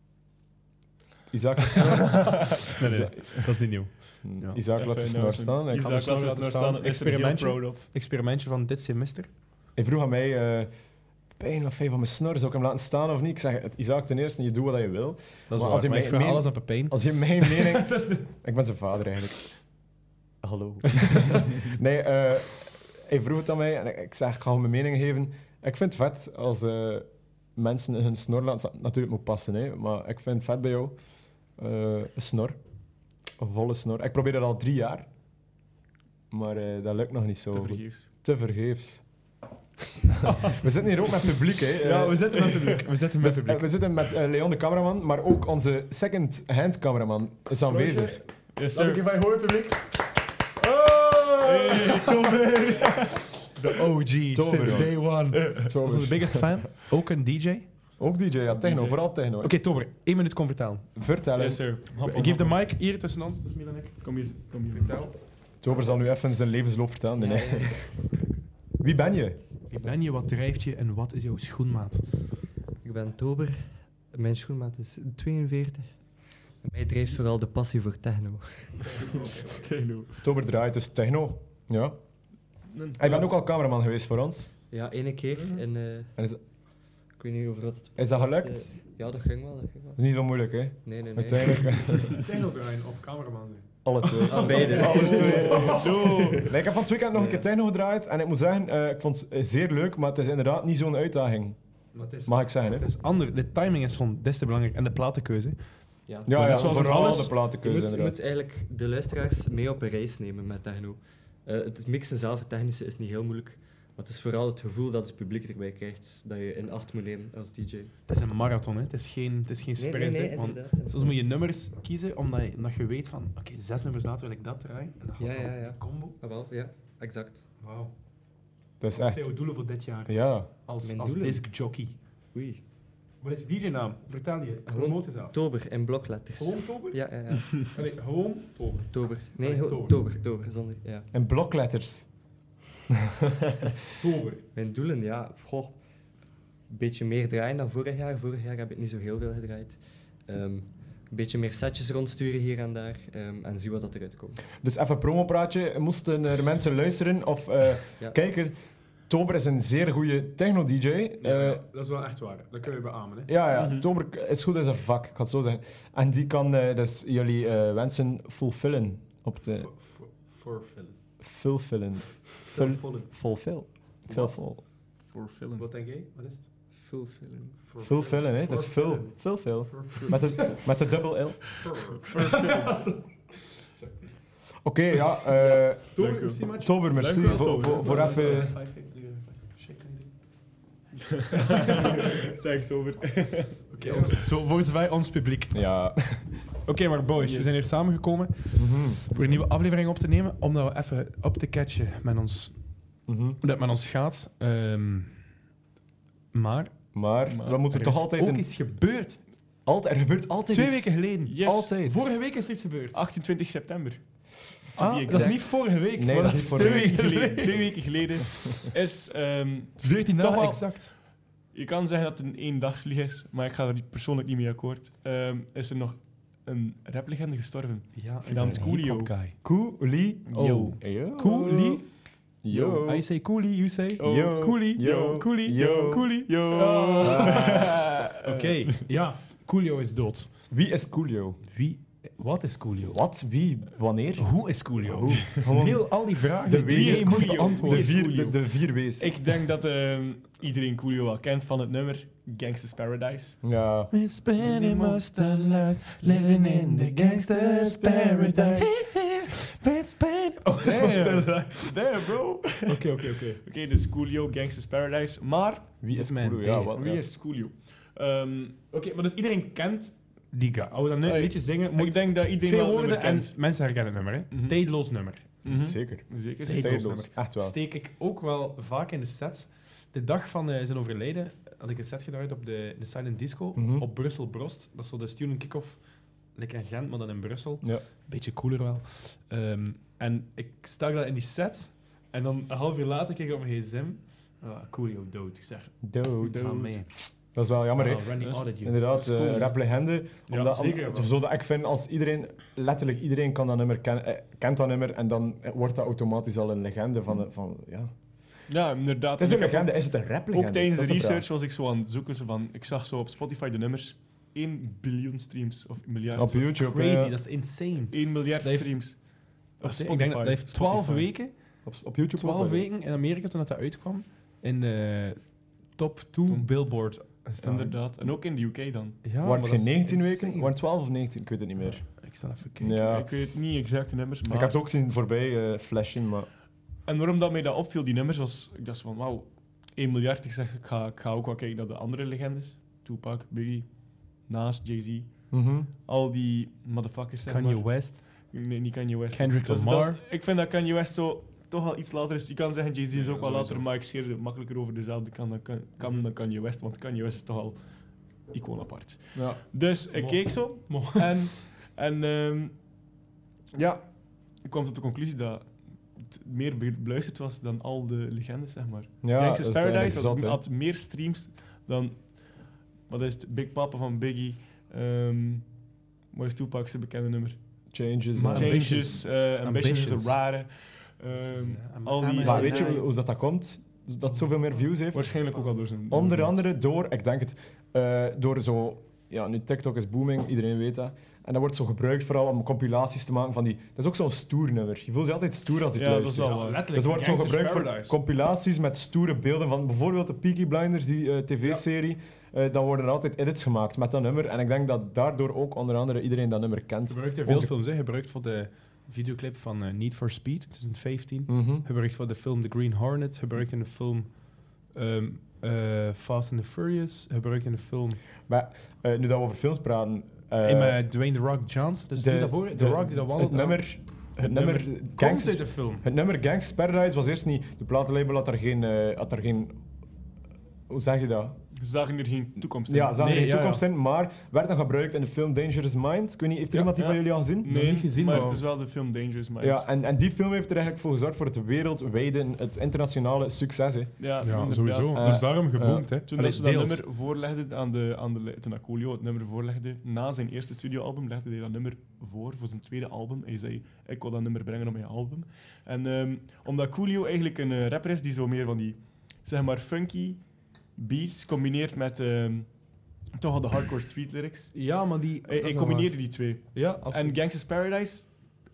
S2: Isaac is
S1: Nee, nee, dat is niet nieuw. Ja.
S2: Isaac laat
S3: eh,
S2: ze snor staan. Ik,
S1: Isaac
S3: Isaac laat
S1: laat
S3: ze
S1: ze
S3: snor
S1: staan.
S3: staan. Ik ben er heel
S1: Experimentje.
S3: proud op.
S1: Experimentje van dit semester.
S2: hij vroeg aan mij, eh pijn wat fijn van mijn snor, zou ik hem laten staan of niet? Ik zeg, het- Isaac ten eerste, je doet wat je wil.
S1: Dat is
S2: Maar
S1: waar.
S2: als je
S1: Maar ik
S2: me-
S1: vraag
S2: meen-
S1: alles aan Pepijn.
S2: Als je mijn mening... Ik ben zijn vader eigenlijk. Hallo. nee, eh, hij vroeg het aan mij en ik, ik zei, ik ga hem mijn mening geven. Ik vind het vet als eh, mensen hun snor laten staan. Natuurlijk moet passen, hè, maar ik vind het vet bij jou. Eh, een snor. Een volle snor. Ik probeer dat al drie jaar. Maar eh, dat lukt nog niet zo
S3: Te
S2: goed.
S3: vergeefs.
S2: Te vergeefs. we zitten hier ook met publiek, hè. eh.
S1: Ja, we zitten met publiek. We zitten met
S2: We-
S1: publiek.
S2: We zitten met eh, Leon de cameraman, maar ook onze second-hand cameraman is aanwezig.
S3: Yes,
S1: Laat ik
S3: sir. Oh!
S1: even horen, publiek.
S3: Hey, Tomer.
S1: De OG,
S2: Tober,
S1: since
S2: man.
S1: day one.
S2: Zo,
S1: Dat is Eh, onze biggest fan. Ook een DJ. Oké,
S2: Ook DJ, ja, techno,
S3: DJ.
S2: vooral techno.
S1: Tober, één minuut kon vertalen.
S2: Vertel
S3: Yes,
S2: eens.
S3: sir. Hop,
S1: Ik
S3: hop,
S1: geef de
S3: hop.
S1: mic hier tussen ons, tussen Milan en ik.
S3: Kom hier, kom hier. Vertel.
S2: Tober zal nu even zijn levensloop vertellen. Nee, nee. Wie ben je?
S1: Wie ben je, wat drijft je en wat is jouw schoenmaat?
S5: Ik ben Tober. Mijn schoenmaat is 42. En mij drijft vooral de passie voor techno.
S3: Techno.
S2: Tober draait dus techno. Ja. Hij
S3: eh,
S2: bent ook al cameraman geweest voor ons.
S5: Ja, ene keer. En, eh,
S2: En is, is
S5: ik weet niet over wat het
S2: dat gelukt?
S5: was,
S2: Dat
S5: eh, ja, dat ging wel. Dat ging wel.
S2: is niet zo moeilijk, hè?
S5: Nee, nee, nee.
S2: Uiteindelijk, eh,
S1: Techno draaien of cameraman zijn?
S2: alle twee.
S5: Ah, beide.
S2: Alle twee.
S3: Zo.
S2: Nee, ik heb van het weekend nog een keer techno gedraaid en ik moet zeggen, eh, ik vond het eh, zeer leuk, maar het is inderdaad niet zo'n uitdaging.
S1: Maar het is,
S2: Mag ik zeggen, hè?
S1: het is ander. De timing is gewoon des te belangrijk. En de platenkeuze.
S5: Ja.
S2: Ja, ja,
S1: Net zoals
S2: vooral
S1: alles.
S2: de
S5: Je,
S2: platenkeuze
S5: moet, je
S2: inderdaad.
S5: moet eigenlijk de luisteraars mee op een reis nemen met techno. Eh, het mixen zelf, het technische, is niet heel moeilijk. Maar het is vooral het gevoel dat het publiek erbij krijgt dat je in acht moet nemen als DJ.
S1: Het is een marathon, hè. Het is geen, het is geen sprint, hè. Want soms moet je nummers kiezen omdat je, omdat je weet van... Oké, zes nummers later wil ik dat draaien. En dan gaat
S5: Ja,
S1: dan
S5: ja, ja.
S1: de combo.
S5: Ah, wel, ja, exact.
S1: Wauw.
S2: Dat is
S1: Wat zijn
S2: echt.
S1: jouw doelen voor dit jaar?
S2: Ja.
S1: Als,
S5: Mijn
S1: als
S5: doelen?
S1: discjockey.
S5: Oei.
S1: Wat is DJ-naam? Vertel je. Promoot jezelf.
S5: Tober in blokletters.
S1: Gewoon Tober?
S5: Ja, ja, ja.
S1: Allee, gewoon Tober.
S5: Tober. Nee,
S1: Allee,
S5: ho-
S1: Tober.
S5: Tober. Tober, zonder. Ja.
S2: En blokletters.
S1: Tober.
S5: Mijn doelen, ja. Goh, een beetje meer draaien dan vorig jaar. Vorig jaar heb ik niet zo heel veel gedraaid. Ehm, een beetje meer setjes rondsturen hier en daar. ehm, en zien wat dat eruit komt.
S2: Dus even een promopraatje. Moesten er mensen luisteren of eh
S5: Ja.
S2: kijken? Tober is een zeer goede techno-dj. Eh,
S1: dat is wel echt waar. Dat kunnen we beamen, hè.
S2: ja, ja.
S3: Mhm.
S2: Tober is goed in zijn vak, ik ga het zo zeggen. En die kan eh, dus jullie eh, wensen fulfillen. Op de...
S1: Fulfillen.
S2: Fulfillen. Ful...
S1: Fulfillen.
S2: Fulfill. Fulfill.
S3: Voor film.
S1: Wat denk jij? Wat is het?
S5: Fulfilling.
S2: Fulfillen, hè. Dat is ful. Fulfill. Met de, met de dubbel L. Oké, ja. eh,
S1: Tober,
S3: Dank u.
S1: merci, maatje.
S2: Tober, merci
S3: Dank u wel,
S2: voor, voor,
S3: Tober.
S2: voor even...
S3: Thanks, over.
S1: Oké, ons- zo volgens mij ons publiek.
S2: Ja.
S1: Oké, maar boys, we
S3: Yes.
S1: zijn hier samengekomen
S2: Mhm.
S1: voor een nieuwe aflevering op te nemen, omdat we even op te catchen met ons,
S2: Mhm.
S1: hoe dat met ons gaat. Ehm, maar
S2: Maar,
S3: Maar
S2: we moeten
S1: er
S2: toch
S1: is
S2: altijd...
S1: ook
S2: een-
S1: iets gebeurd.
S2: altijd er gebeurt altijd
S1: Twee
S2: iets.
S1: weken geleden.
S3: Yes.
S2: Altijd.
S1: Vorige week is er iets gebeurd.
S2: Ah,
S3: 28 september.
S1: Ah,
S3: exact.
S1: dat is niet vorige week.
S2: Nee,
S1: maar
S2: dat is niet vorige
S3: Twee weken geleden,
S1: geleden.
S3: twee weken geleden is... ehm,
S1: 14
S2: nou,
S3: Toch
S1: dagen
S3: wel.
S1: exact.
S3: je kan zeggen dat het een eendagsvlieg is, maar ik ga er persoonlijk niet mee akkoord. Ehm, is er nog een raplegende gestorven.
S1: Ja,
S3: Genaamd Coolio.
S1: Guy.
S2: Coolio.
S1: Oh.
S2: Yo.
S1: Coolio.
S2: Yo.
S1: I say Coolio, you say
S3: Oh.
S2: Yo.
S1: Coolio.
S2: Yo.
S1: Coolio.
S2: Yo. Eh,
S1: Coolio.
S3: Yo.
S1: Ah. Oké, ja. Coolio is dood.
S2: Wie is Coolio?
S1: Wie... Wat is Coolio?
S2: Wat? Wie? Wanneer?
S1: Hoe is Coolio?
S2: Hoe? Gewoon
S1: Heel al die vragen
S2: de
S1: die
S2: wie is
S1: je moet
S3: Coolio?
S1: beantwoorden.
S2: De vier,
S3: Coolio?
S2: de, de vier W's.
S3: Ik denk dat ehm, iedereen Coolio wel kent van het nummer Gangsta's Paradise.
S2: Ja.
S1: We're spending most our lives living in the gangster's paradise. Let's spend... Oh,
S3: Dat is wat
S1: damn.
S3: stil,
S1: Oké,
S3: hè. Damn, bro. Oké,
S1: oké, oké.
S3: dus Coolio, Gangsta's Paradise. Maar
S2: Wie is
S1: Man,
S2: Coolio? Ja,
S1: damn.
S2: wat?
S3: wie
S2: ja.
S3: is Coolio? Ehm,
S1: Oké, maar dus iedereen kent die guy. Als we dat nu een
S3: Hey,
S1: beetje zingen,
S3: ik
S1: moet
S3: denk dat iedereen
S1: twee
S3: wel het
S1: woorden
S3: nummer
S1: en
S3: kent.
S1: mensen herkennen het nummer. hè.
S3: Mhm.
S1: Tijdloos nummer.
S3: Mhm.
S2: Zeker.
S3: Zeker.
S1: Hey. Tijdloos
S2: Tijdloos. Echt wel.
S1: Steek ik ook wel vaak in de set. De dag van eh, zijn overlijden had ik een set gedraaid op de, de Silent Disco
S2: Mhm.
S1: op Brussel Brost. Dat is zo de student kick-off, lekker in Gent, maar dan in Brussel.
S2: Ja.
S1: Beetje cooler wel. Ehm, en ik stak dat in die set en dan een half uur later keek ik op mijn gsm. Ah, Coolio dood. Ik zeg,
S2: Dood.
S1: ah, man.
S2: Dat is wel jammer, hè?
S1: Ah, Randy
S3: Dat is
S1: Audit, you.
S2: Inderdaad,
S3: Dat is
S2: eh,
S3: cool.
S2: raplegende.
S1: Ja,
S2: Omdat,
S1: zeker,
S2: om-
S1: want-
S2: zo dat ik vind, als iedereen, letterlijk iedereen kan dat nummer ken- eh, kent dat nummer, en dan wordt dat automatisch al een legende van... de- van ja.
S3: Ja, inderdaad.
S2: Het is
S3: En
S2: een
S3: ik heb
S2: legende, is het een
S3: Ook,
S2: raplegende?
S3: ook tijdens de
S2: Dat is vraag.
S3: research was ik zo aan het zoeken. Zo van, ik zag zo op Spotify de nummers. 1 biljoen streams. Of miljard.
S2: Op YouTube,
S1: Crazy,
S2: eh,
S1: dat is insane.
S3: 1 miljard
S1: Dat heeft-
S3: streams. Op
S1: Wacht, hè, ik denk dat, dat heeft 12
S3: Spotify.
S1: weken,
S2: op, op YouTube
S1: 12
S2: ook wel.
S1: weken in Amerika toen dat dat uitkwam in de top 2
S3: Toen.
S1: Billboard. gestaan.
S3: Inderdaad. En ook in de UK dan.
S1: Ja, maar
S2: Waren het
S1: dat
S2: geen
S1: is
S2: 19
S1: insane.
S2: weken? Waren het 12 of 19? Ik weet het niet meer.
S1: Ik sta even kijken.
S2: Ja.
S3: Ik weet niet exact de nummers, maar...
S2: Ik heb het ook zien voorbij eh, flashen, maar...
S3: En waarom dat mij dat opviel, die nummers, was... Ik dacht van, wauw, 1 miljard. Ik zeg, ik ga, ik ga ook wel kijken naar de andere legendes. Tupac, Biggie, Naast, Jay-Z.
S1: Mhm.
S3: Al die motherfuckers, zeg maar.
S1: Kanye West.
S3: Nee, niet Kanye West.
S1: Kendrick
S3: Dat is-
S1: Lamar.
S3: dat is- ik vind dat Kanye West zo toch wel iets later is. Je kan zeggen, Jay-Z is
S1: Ja,
S3: ook wel later,
S1: sowieso. Mhm.
S3: maar ik scheer er makkelijker over dezelfde kan dan, kan, kan dan Kanye West, want Kanye West is toch al icoon apart.
S2: Ja.
S3: Dus ik
S1: Mo.
S3: keek zo en, en ehm, ja, ik kwam tot de conclusie dat het meer be- beluisterd was dan al de legendes, zeg maar.
S2: Ja,
S3: Gangsta's
S2: dat is eigenlijk
S3: Paradise had,
S2: zot, hè.
S3: had meer streams dan, wat is het, Big Papa van Biggie, ehm wat is Tupac zijn bekende nummer?
S2: Changes.
S1: Maar-
S2: en-
S1: Change-
S3: Changes, eh Ambitions is een
S1: Ambitions.
S3: rare. ehm, al die-
S2: Maar weet je hoe, hoe dat, dat komt? Dat het zoveel meer views heeft?
S3: waarschijnlijk ook wel door zijn.
S2: Onder andere door, ik denk het, eh, door zo... Ja, nu TikTok is booming, iedereen weet dat. En dat wordt zo gebruikt vooral om compilaties te maken van die... Dat is ook zo'n stoer nummer. Je voelt je altijd stoer als je het
S3: Ja, dat is
S2: luistert.
S3: wel
S1: Ja,
S3: waar.
S1: letterlijk.
S2: Dus wordt zo
S1: eh, Gangsters
S2: gebruikt voor
S1: Paradise.
S2: compilaties met stoere beelden van bijvoorbeeld de Peaky Blinders, die eh, tv-serie. Eh, dan worden er altijd edits gemaakt met dat nummer. En ik denk dat daardoor ook onder andere iedereen dat nummer kent.
S1: Gebruikt in
S2: Om
S1: veel
S2: te-
S1: films. hè. Gebruikt voor de videoclip van eh, Need for Speed 2015.
S2: Mhm.
S1: Gebruikt voor de film The Green Hornet. Gebruikt in de film ehm, eh, Fast and the Furious. Gebruikt in de film...
S2: Maar eh, nu dat we over films praten... eh,
S1: in, eh, Dwayne The Rock Johnson. Dus de, daarvoor, The Rock die dat wandelt.
S2: het nummer, het
S1: nummer
S2: nummer
S1: Komt
S2: Gangsters-
S1: uit de film.
S2: Het nummer Gangs Paradise was eerst niet. De platenlabel had daar geen. eh, had daar geen hoe zeg je dat?
S3: Ze zagen er geen toekomst in.
S2: Ja, zag
S1: Nee,
S2: er geen
S1: ja,
S2: toekomst in, maar werd dan gebruikt in de film Dangerous Mind. Ik weet niet, heeft er
S1: Ja,
S2: iemand die
S3: ja.
S2: van jullie al gezien?
S3: nee,
S1: niet gezien,
S3: maar
S1: maar-
S3: het is wel de film Dangerous Minds.
S2: Ja, en, en die film heeft er eigenlijk voor gezorgd voor het wereldwijde, het internationale succes. Hè.
S3: ja,
S1: Ja,
S3: inderdaad.
S1: sowieso.
S2: Eh,
S1: dus daarom geboomd, hè.
S3: Toen
S1: Allee,
S3: dat ze dat
S1: deels.
S3: nummer voorlegden aan de, aan de, le- toen dat Coolio het nummer voorlegde, na zijn eerste studioalbum, legde hij dat nummer voor voor zijn tweede album. Hij zei, ik wil dat nummer brengen op mijn album. En ehm, omdat Coolio eigenlijk een eh, rapper is die zo meer van die, zeg maar, funky beats combineert met ehm, toch al de hardcore street lyrics.
S1: Ja, maar die...
S3: Hij,
S1: dat
S3: hij
S1: is wel
S3: combineerde die twee.
S1: waar. Ja, absoluut.
S3: En Gangsta's Paradise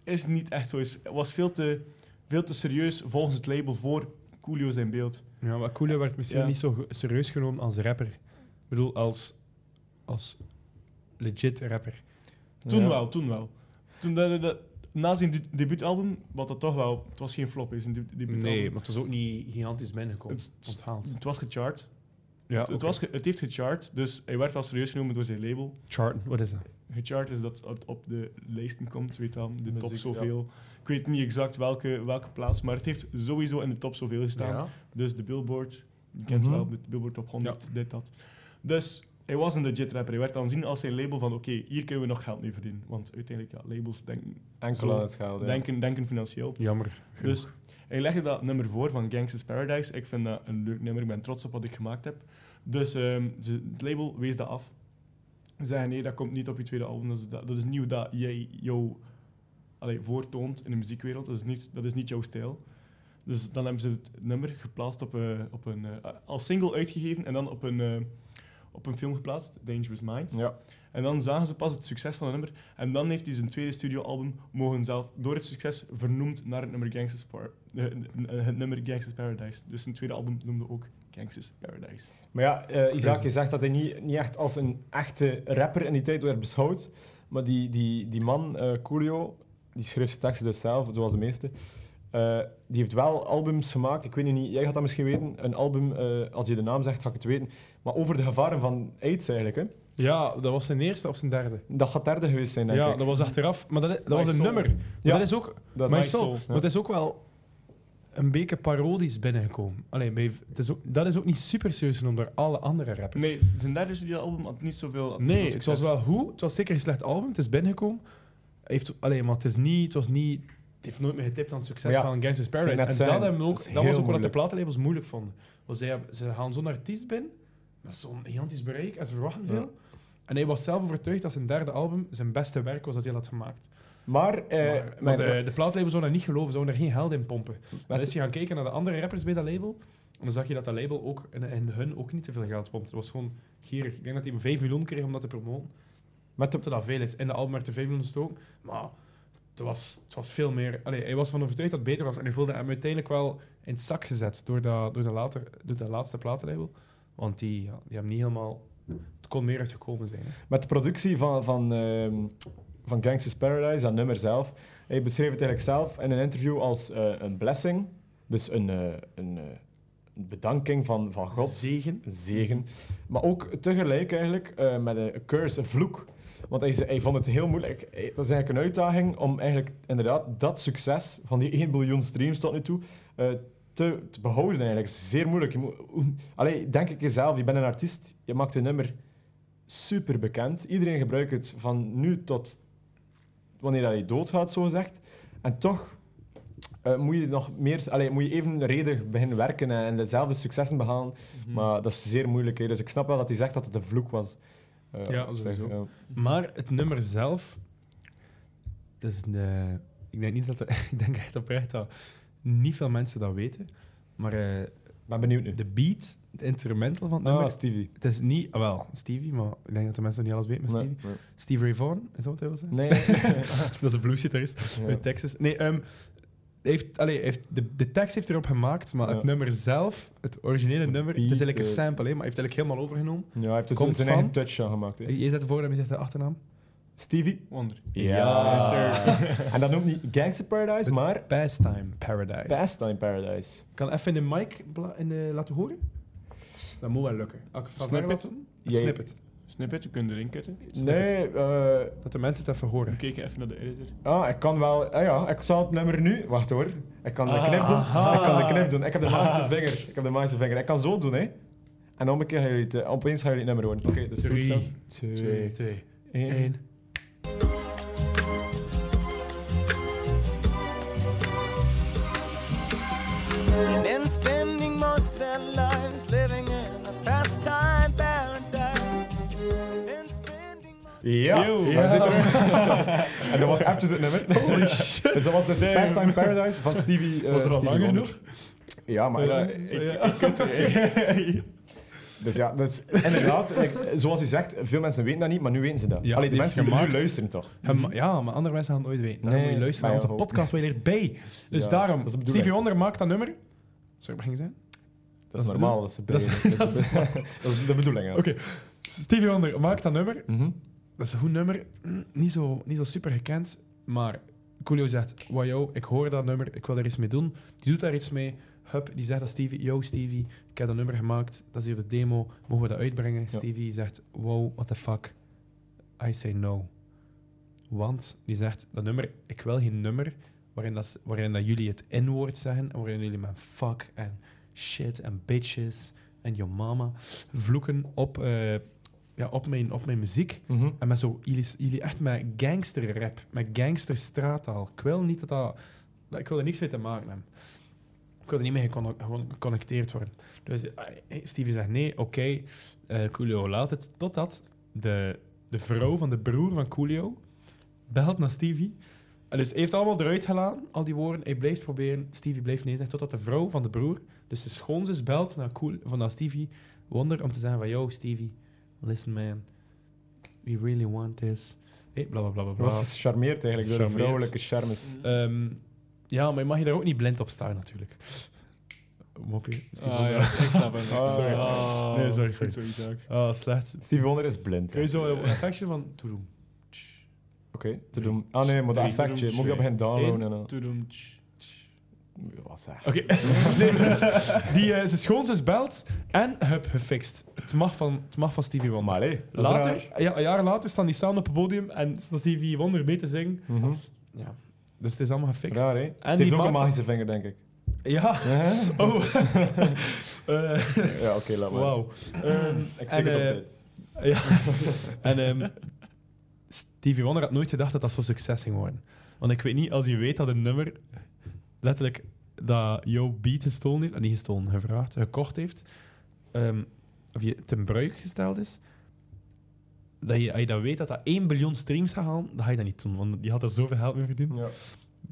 S3: is niet echt zo. Is, was veel te, veel te serieus volgens het label voor Coolio zijn beeld.
S1: Ja, maar Coolio werd misschien
S3: Ja.
S1: niet zo ge- serieus genomen als rapper. Ik bedoel, als, als legit rapper.
S3: Toen
S2: Ja.
S3: wel, toen wel. Toen dat, dat- dat- na zijn du- debuutalbum, wat dat toch wel... Het was geen flop, hè, zijn debu- debuutalbum.
S1: Nee, maar het was ook niet gigantisch binnengekomen.
S3: Het- het-
S1: Onthaald.
S3: Het was gechart.
S1: Ja,
S3: het, het was ge- het heeft gechart, dus hij werd wel serieus genomen door zijn label.
S1: Charten, wat is dat?
S3: Gechart is dat het op de lijsten komt, weet je wel, de
S2: Muziek,
S3: top
S2: ja.
S3: zoveel. Ik weet niet exact welke, welke plaats, maar het heeft sowieso in de top zoveel gestaan.
S1: Ja.
S3: Dus de Billboard, je kent
S2: Mhm.
S3: wel, de Billboard Top 100, dit, dat. Dus hij was een legit rapper. Hij werd dan zien als zijn label van, oké, hier kunnen we nog geld mee verdienen. Want uiteindelijk, ja, labels denken,
S2: Enkel
S3: Zo,
S2: aan het geld. hè.
S3: denken, denken financieel.
S1: Jammer. genoeg.
S3: Dus hij legde dat nummer voor van Gangsta's Paradise. Ik vind dat een leuk nummer, ik ben trots op wat ik gemaakt heb. Dus ehm, ze- het label wees dat af. zeggen nee, dat komt niet op je tweede album. Dat is, dat, dat is nieuw dat jij jou allee, voortoont in de muziekwereld. Dat is niet, dat is niet jouw stijl. Dus dan hebben ze het nummer geplaatst op, eh, op een, eh, als single uitgegeven en dan op een, eh, op een film geplaatst, Dangerous Minds.
S2: Ja.
S3: En dan zagen ze pas het succes van het nummer. En dan heeft hij zijn tweede studioalbum mogen zelf door het succes vernoemd naar het nummer Gangsters, Par- eh, eh, het nummer Gangsters Paradise. Dus zijn tweede album noemde ook Gangsters Paradise.
S2: Maar ja, eh Isaac, je zegt dat hij niet, niet echt als een echte rapper in die tijd werd beschouwd. Maar die, die, die man, eh Coolio, die schreef zijn teksten dus zelf, zoals de meeste. Eh, die heeft wel albums gemaakt, ik weet het niet, jij gaat dat misschien weten. Een album, eh, als je de naam zegt, ga ik het weten. Maar over de gevaren van AIDS eigenlijk. Hè.
S1: Ja, dat was zijn eerste of zijn derde.
S2: Dat gaat derde geweest zijn, denk
S1: Ja,
S2: ik.
S1: dat was achteraf. Maar dat, dat
S3: My
S1: was een
S3: Soul.
S1: nummer.
S2: Ja.
S1: Dat is ook...
S2: Dat-
S1: My
S2: My
S1: Soul.
S2: Soul,
S1: Maar
S2: ja.
S1: het is ook wel een beetje parodisch binnengekomen. Alleen, het is ook, dat is ook niet super serieus genomen door alle andere rappers.
S3: Nee, zijn derde studioalbum had niet zoveel. had niet
S1: Nee,
S3: zoveel
S1: het was
S3: succes.
S1: wel goed. Het was zeker een slecht album. Het is binnengekomen. Hij Heeft, alleen, maar het is niet... Het was niet... Het heeft nooit meer getipt aan het succes
S2: Maar ja,
S1: van Gangsters
S2: ging
S1: Paradise.
S2: net
S1: En
S2: zeggen,
S1: dat, hebben we ook,
S2: dat
S1: dat,
S2: is
S1: was
S2: heel
S1: ook wat de
S2: moeilijk.
S1: platenlabels moeilijk vonden. Want zij, hebben- ze gaan zo'n artiest binnen, met zo'n gigantisch bereik, en ze verwachten veel.
S2: Ja.
S1: En hij was zelf overtuigd dat zijn derde album zijn beste werk was dat hij had gemaakt.
S2: Maar, eh,
S1: Maar- maar
S2: mijn-
S1: de, de plaatlabel zou daar niet geloven, zou er geen geld in pompen. Dan
S2: het-
S1: is je gaan kijken naar de andere rappers bij dat label. En dan zag je dat dat label ook en, en hun ook niet te veel geld pompt. Het was gewoon gierig. Ik denk dat hij 5 miljoen kreeg om dat te promoten.
S2: met de,
S1: Dat dat veel is. In de album werd er 5 miljoen gestoken. Maar het was, het was veel meer. Allee, hij was van overtuigd dat het beter was. En hij voelde hem uiteindelijk wel in het zak gezet door dat, door dat, later, door dat laatste platenlabel. Want die, ja, die hebben niet helemaal. Het kon meer uitgekomen zijn. hè.
S2: Met de productie van, van, ehm, van Gangsters Paradise, dat nummer zelf. Hij beschreef het eigenlijk zelf in een interview als eh, een blessing. Dus een, eh, een, eh, een bedanking van, van God.
S1: Zegen.
S2: Een zegen. Maar ook tegelijk eigenlijk eh, met een curse, een vloek. Want hij, ze- hij vond het heel moeilijk. Hij- Dat is eigenlijk een uitdaging om eigenlijk inderdaad dat succes van die 1 biljoen streams tot nu toe eh, te, te behouden eigenlijk. Zeer moeilijk. Je moet- hoe- Allee, denk ik jezelf, je bent een artiest, je maakt je nummer super bekend. Iedereen gebruikt het van nu tot wanneer dat je doodgaat, zo gezegd. En toch eh, moet je nog meer, allee, moet je even redig beginnen werken en, en dezelfde successen behalen.
S3: Mhm.
S1: Hmm.
S2: Maar dat is zeer moeilijk. Hè. Dus ik snap wel dat hij zegt dat het een vloek was. Eh,
S1: Ja,
S2: op zich,
S1: sowieso.
S2: ja.
S1: Maar het nummer zelf, het is de, ik denk niet dat, er- ik denk echt oprecht dat niet veel mensen dat weten, maar eh,
S2: Ik ben benieuwd nu.
S1: de beat, de instrumental van het
S2: Ah,
S1: nummer,
S2: Stevie.
S1: het is niet, ah, wel Stevie, maar ik denk dat de mensen nog niet alles weten met
S2: Nee,
S1: Stevie. Steve Ray Vaughan, is dat wat hij wil zeggen?
S2: Nee. nee.
S1: dat is een bluesgitarist
S2: Ja.
S1: uit Texas. Nee, ehm, hij heeft, allee, hij heeft, de, de tekst heeft erop gemaakt, maar
S2: Ja.
S1: het nummer zelf, het originele
S2: De
S1: nummer,
S2: beat,
S1: het is eigenlijk een
S2: eh.
S1: sample, hè, maar hij heeft het eigenlijk helemaal overgenomen.
S2: ja, hij heeft er
S1: Komt
S2: zijn
S1: van-
S2: eigen touch aan gemaakt. hè.
S1: Jij zet de voornaam, je zet de achternaam.
S2: Stevie?
S3: Wonder.
S1: Ja,
S2: en dat noemt niet Gangster Paradise, maar
S1: Pastime Paradise.
S2: Pastime Paradise.
S1: Kan even in de mic bla- in de, laten horen? Dat moet wel lukken. Als ik van
S3: Snippet?
S1: verder laat doen? Een
S2: Jij-
S1: Snippet.
S3: Snippet, je kunt erin kutten.
S2: Nee, eh,
S1: Dat de mensen het even horen.
S3: We keken even naar de editor.
S1: Oh,
S2: ah, ik kan wel... Ah ja, ik zal het nummer nu... Wacht hoor. Ik kan de
S3: Ah.
S2: knip doen. Ik kan de knip doen. Ik heb de
S3: Ah.
S2: magische vinger. Ik heb de magische vinger. Ik kan zo doen, hè. En om een keer gaan jullie het, eh, opeens gaan jullie het nummer horen. Oké, dus doe het zo.
S1: Drie, twee, twee,
S2: één.
S1: één.
S6: Been spending most of their lives living in a pastime paradise. Been spending most
S2: Ja,
S3: Yo.
S2: we
S3: Ja.
S2: zitten er. en dat was eventjes het nummer. Holy shit. Dus dat was dus
S3: Damn.
S2: Pastime Paradise van Stevie eh,
S3: Was er al
S2: Stevie
S3: lang
S2: Wonder.
S3: genoeg?
S2: Ja, maar...
S3: eh, Ja,
S2: Eh, ja,
S1: eh,
S3: ik, ik kut erin.
S2: Dus ja, dus, inderdaad, ik- zoals hij zegt, veel mensen weten dat niet, maar nu weten ze dat.
S1: Ja,
S2: Alleen de
S1: die is
S2: mensen die nu
S1: gemaakt.
S2: luisteren toch.
S1: Ja, maar- Ja, maar andere mensen gaan het nooit weten. Daarom
S2: Nee,
S1: moet je luisteren
S2: maar
S1: naar
S2: ja,
S1: onze
S2: ook.
S1: podcast, waar je leert bij. Dus
S2: Ja,
S1: daarom,
S2: dat is de bedoeling.
S1: Stevie Wonder maakt dat nummer. Zou ik beginnen zijn?
S2: Dat is
S1: Dat
S2: normaal, dat is, de
S1: dat is-
S2: bedoeling. dat, is, dat is de bedoeling. ja.
S1: Oké. Stevie Wonder maakt dat nummer.
S2: Mhm.
S1: Dat is een goed nummer. Mm, Niet zo, niet zo super gekend, maar Coolio zegt, wow, yo, ik hoor dat nummer, ik wil er iets mee doen. Die doet daar iets mee. Hup, die zegt dat Stevie, yo Stevie, ik heb dat nummer gemaakt, dat is hier de demo, mogen we dat uitbrengen? Stevie zegt, wow, what the fuck, I say no. Want, die zegt, dat nummer, ik wil geen nummer waarin, dat, waarin dat jullie het N-woord zeggen, en waarin jullie mijn fuck en shit en bitches en your mama vloeken op, eh, ja, op, mijn, op mijn muziek.
S2: Mhm.
S1: En met zo, jullie, jullie echt met gangsterrap, met gangsterstraattaal. Ik wil niet dat dat... dat- Ik wil er niks mee te maken hebben. Ik wil er niet mee gecon- gewoon geconnecteerd worden. eh, Dus eh, Stevie zegt nee, oké, eh Coolio laat het. Totdat de, de vrouw van de broer van Coolio, belt naar Stevie. En dus hij heeft allemaal eruit gelaan, al die woorden. Hij blijft proberen. Stevie blijft nee zeggen, totdat de vrouw van de broer, dus de schoonzus, belt naar, cool, van naar Stevie Wonder om te zeggen van, yo Stevie, listen man, we really want this. Nee, bla bla bla bla. bla.
S2: was gecharmeerd eigenlijk door de
S1: Charmeerd.
S2: vrouwelijke charmes.
S1: Ehm, ja, maar je mag je daar ook niet blind op staan natuurlijk. Mopje. Stevie
S3: Ah,
S1: Wonder.
S3: ja, ik snap hem.
S2: Ah,
S1: sorry. Nee, sorry, sorry.
S3: sorry.
S1: Ah, slecht.
S2: Stevie Wonder is blind. ja.
S1: Kun je zo een effectje van toedoen?
S2: Oké, te doen. Ah nee, maar dat
S3: Drie.
S2: effectje. Moet ik dat beginnen downloaden? En dan... Wat zeg.
S1: Oké. nee, dus die eh, zijn schoonzus belt en heb gefixt. Het mag van, het mag van Stevie Wonder.
S2: Maar hé, dat is raar.
S1: Later, ja, jaren later staan die samen op het podium en staat Stevie Wonder mee te zingen.
S2: Mhm.
S1: Ja. Dus het is allemaal gefixt.
S2: Raar, hè? Ze
S1: die
S2: heeft ook een
S1: maakt-
S2: magische vinger, denk ik.
S1: Ja.
S2: Hè?
S1: Oh. Eh,
S2: ja, oké, laat maar.
S1: Wauw. Ehm,
S2: Ik zeg
S1: en,
S2: het op
S1: eh,
S2: tijd.
S1: Ja. en ehm, Stevie Wonder had nooit gedacht dat dat zo'n succes ging worden. Want ik weet niet, als je weet dat een nummer letterlijk dat jouw beat gestolen heeft, eh, niet gestolen, gevraagd, gekocht heeft, ehm, of je ten bruik gesteld is, dat je, als je dat weet dat dat 1 biljoen streams gaat halen, dan ga je dat niet doen, want je had er zoveel geld mee verdiend.
S2: Ja.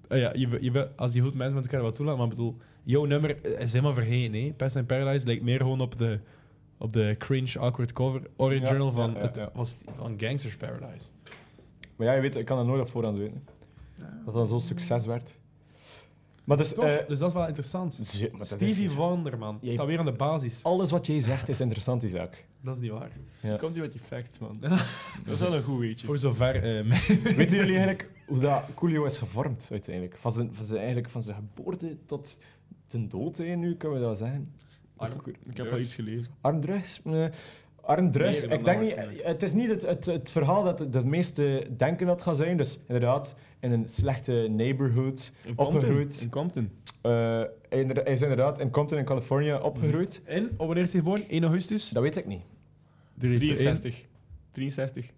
S1: Eh, ja, je, wil- je, wil- als je goed mensen met elkaar wat toelaat, maar ik bedoel, jouw nummer eh, is helemaal vergeten. Hè? Pest in Paradise lijkt meer gewoon op de, op de cringe, awkward cover, original
S2: Ja,
S1: van,
S2: ja, ja,
S1: het,
S2: ja.
S1: Was, van Gangsters Paradise.
S2: Maar ja, je weet, ik kan dat nooit op voorhand weten. Dat dat zo'n succes werd. Maar dus,
S1: Toch?
S2: eh,
S1: dus dat is wel interessant.
S2: ze- maar dat is
S1: Stevie
S2: niet-
S1: Wonder, man.
S2: Jij-
S1: Staat weer aan de basis.
S2: alles wat jij zegt is interessant, Isaac.
S1: Dat is niet waar.
S3: Komt hier met die facts, man. Dat is wel een goed weetje.
S1: Voor zover... eh, mijn-
S2: Weten jullie eigenlijk hoe dat Coolio is gevormd, uiteindelijk? Van zijn, van zijn, eigenlijk van zijn geboorte tot ten dood, hè, nu kunnen we dat zeggen.
S3: Ik heb al iets gelezen.
S2: Armdrugs? eh, Armdrugs,
S4: Meer dan
S2: ik denk
S4: dat
S2: niet... Het is niet het, het, het verhaal dat de- de meeste denken dat het gaat zijn. Dus inderdaad, in een slechte neighborhood
S3: In Compton.
S2: opgegroeid.
S3: In Compton.
S2: Eh, inder- hij is inderdaad in Compton in Californië opgegroeid.
S1: En, op wanneer is hij geboren? 1 augustus?
S2: Dat weet ik niet.
S3: 63. 63.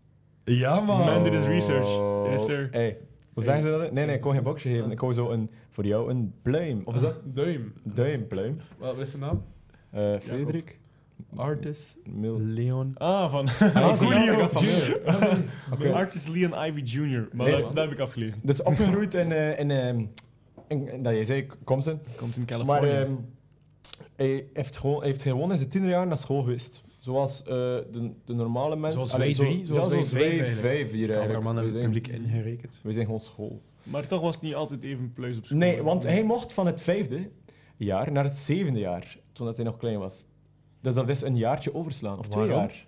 S1: Ja, man.
S3: Man, dit is research. Yes, sir.
S2: Hey, hoe zeggen ze dat? Nee, nee, ik kon geen boxje geven. Ik kon zo een, voor jou een pluim. Of is dat
S1: Duim.
S2: duimpluim?
S1: Wat is zijn naam?
S2: Eh Frederik?
S1: Artis
S2: Mil.
S1: Leon.
S3: Ah, van
S2: Ah,
S1: zie
S2: Coolio.
S1: je,
S3: Julio
S1: dat gaat
S2: Junior. Oké.
S3: Artist Leon Ivy Jr. Maar
S2: Nee,
S3: dat,
S2: man.
S3: dat heb ik afgelezen.
S2: Dus opgegroeid in, eh, in, ehm, in- in- dat je zei, Compton.
S3: Komt in
S2: Maar
S3: Californië.
S2: ehm, hij heeft gewoon, hij heeft gewoon in zijn tien jaar naar school geweest. Zoals eh, de, de normale mensen.
S1: Zoals
S2: Allee,
S1: wij
S2: zo-
S1: drie,
S2: ja,
S1: zoals wij vijf
S2: wij
S1: eigenlijk.
S2: vijf hier eigenlijk.
S1: Cameraman en
S2: We
S1: het
S2: zijn-
S1: publiek ingerekend.
S2: We zijn gewoon school.
S3: maar toch was het niet altijd even pluis op school.
S2: Nee, want hij mocht van het vijfde jaar naar het zevende jaar, toen dat hij nog klein was. Dus dat is een jaartje overslaan, of twee
S1: Waarom?
S2: jaar.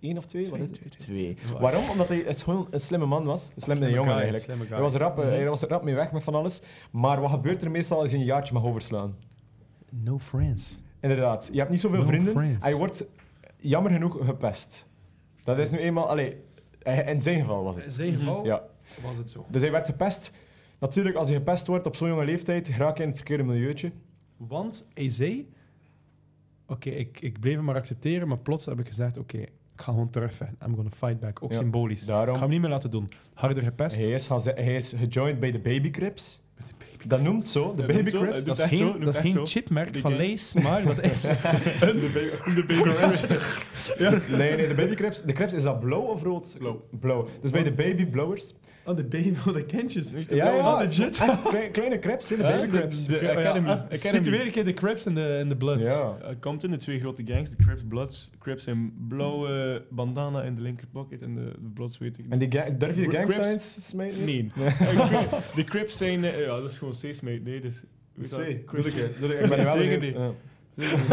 S2: Eén of twee, wat is het? Twee.
S1: Zwaar.
S2: Waarom? Omdat hij is gewoon een slimme man was. Een slimme, jongen
S1: guy,
S2: eigenlijk.
S1: slimme guy. Mhm.
S2: Hij was, rap, eh, hij was er rap mee weg met van alles. Maar wat gebeurt er meestal als je een jaartje mag overslaan?
S1: No friends.
S2: Inderdaad, je hebt niet zoveel
S1: No
S2: vrienden.
S1: friends.
S2: Hij wordt jammer genoeg gepest. Dat is nu eenmaal... Allee, eh, in zijn geval was
S1: In
S2: het.
S1: zijn geval
S2: Ja.
S1: was het zo.
S2: Dus hij werd gepest. Natuurlijk, als je gepest wordt op zo'n jonge leeftijd, raak je in het verkeerde milieutje.
S1: Want hij zei... Oké, ik, ik bleef hem maar accepteren, maar plots heb ik gezegd... Oké, ik ga gewoon terug zijn. I'm gonna fight back. Ook
S2: Ja,
S1: symbolisch.
S2: daarom.
S1: Ik ga hem niet meer laten doen. Harder gepest.
S2: Hij is, gaan ze- hij is gejoined bij de Baby Crips. Dat noemt zo, de
S3: Dat
S2: Baby
S3: noemt zo, eh,
S2: Crips.
S3: doet
S1: Dat is
S3: echt zo,
S1: geen,
S3: doet
S1: dat is
S3: echt
S1: geen
S3: zo.
S1: chipmerk
S3: Die
S1: van
S3: guy.
S1: Lees, maar dat is...
S3: De baby, de baby
S2: Nee, nee, de Baby Crips. De Crips, is dat blauw of rood?
S3: Blauw.
S2: Blauw. Dus bij de Baby Blowers.
S1: Oh, de baby van de kindjes.
S2: Ja, ja, echt klei- kleine Crips, hè, de Baby Crips.
S3: De Academy.
S1: Zit weer een keer de Crips en de, en de Bloods.
S2: Ja.
S3: Eh, Compton, de twee grote gangs, de Crips Bloods. Crips in blauwe bandana in de linker pocket en de Bloods weet ik niet.
S2: En die ga- durf je
S3: Br-
S2: gang
S3: Crips?
S2: signs smijten?
S3: Nee. Eh, Cri- de Crips zijn... eh, ja, dat is gewoon C-smate. Nee, dus...
S2: C.
S3: weet
S2: Doe
S3: dat?
S2: ik, doe
S3: Crips-
S2: ik, doe ik. Ik ben er wel
S3: Zeker
S2: benieuwd.
S3: niet.
S2: Ja.
S3: Zeker.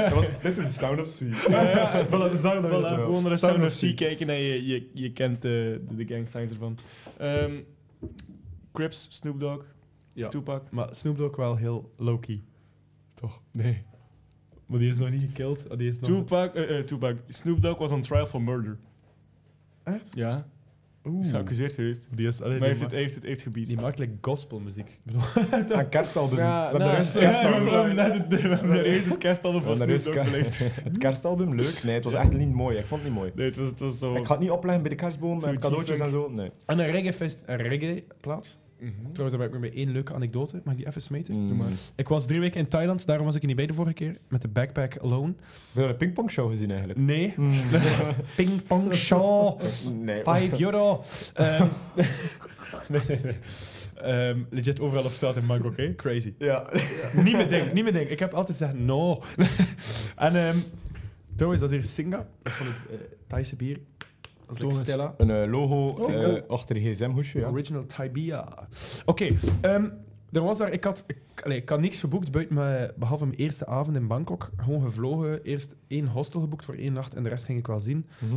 S2: Dat was- This is the sound of sea.
S3: ja.
S2: Voilà, dus daarom dat we
S3: Voilà,
S2: dat wel.
S3: gewoon naar de
S2: Sound
S3: Sound
S2: of
S3: of Sea
S2: Sea.
S3: kijken en je, je, je kent eh, de, de gang signs ervan. Ehm Crips, Snoop Dogg,
S1: Ja.
S3: Tupac.
S1: Maar Snoop Dogg wel heel low-key. Toch?
S3: Nee.
S1: Maar die is nog niet gekilled. ah, Die is nog...
S3: Tupac, eh, eh, Tupac, Snoop Dogg was on trial for murder.
S1: Echt?
S3: Ja,
S1: Oeh.
S3: is geaccuseerd geweest.
S1: Die is... Allee,
S3: Maar hij heeft
S1: die,
S3: het,
S1: ma-
S3: heeft het, heeft gebied.
S1: die maakt like gospelmuziek. Ik bedoel,
S2: Aan kerstalbum. We
S3: Ja,
S2: hebben
S3: nou,
S2: er eerst
S3: ja, we hebben- we hebben net het- we hebben er eerst het kerstalbum
S2: We
S3: van
S2: hebben er
S3: Snoop
S2: eerst
S3: Dogg beluisterd.
S2: ke- Het kerstalbum, leuk. Nee, het was echt niet mooi. Ik vond het niet mooi.
S3: Nee, het was, het was zo...
S2: Ik ga het niet opleggen bij de kerstboom
S3: Zo'n
S2: en cadeautjes en
S3: G-funk.
S2: zo. Nee.
S1: En een reggae-fest... Een reggae-plaats?
S3: Mhm.
S1: Trouwens, daar ben ik weer bij één leuke anekdote. Mag ik die even smeten?
S2: Mm.
S3: Doe maar.
S1: Ik was drie weken in Thailand, daarom was ik er niet bij de vorige keer. Met de backpack alone.
S2: Heb je dat een pingpongshow gezien eigenlijk?
S1: Nee. Ping pong show.
S2: Nee.
S1: 5 euro. Ehm, nee, nee, nee. Ehm, legit overal op straat in Mark, oké? Crazy.
S2: Ja.
S1: niet meer denken, niet meer denken. Ik heb altijd gezegd, no. en ehm trouwens, dat is hier Singa. Dat is van het eh, Thaise bier. Dat is like
S2: Thomas.
S1: Stella.
S2: Een eh, logo
S1: Oh.
S2: eh, achter een gsm-hoesje, ja.
S1: Original Thai beer. Oké, ehm, er was daar... Ik had, ik, allee, ik had niks geboekt, buiten mijn, behalve mijn eerste avond in Bangkok. Gewoon gevlogen. Eerst één hostel geboekt voor één nacht en de rest ging ik wel zien.
S2: Mhm.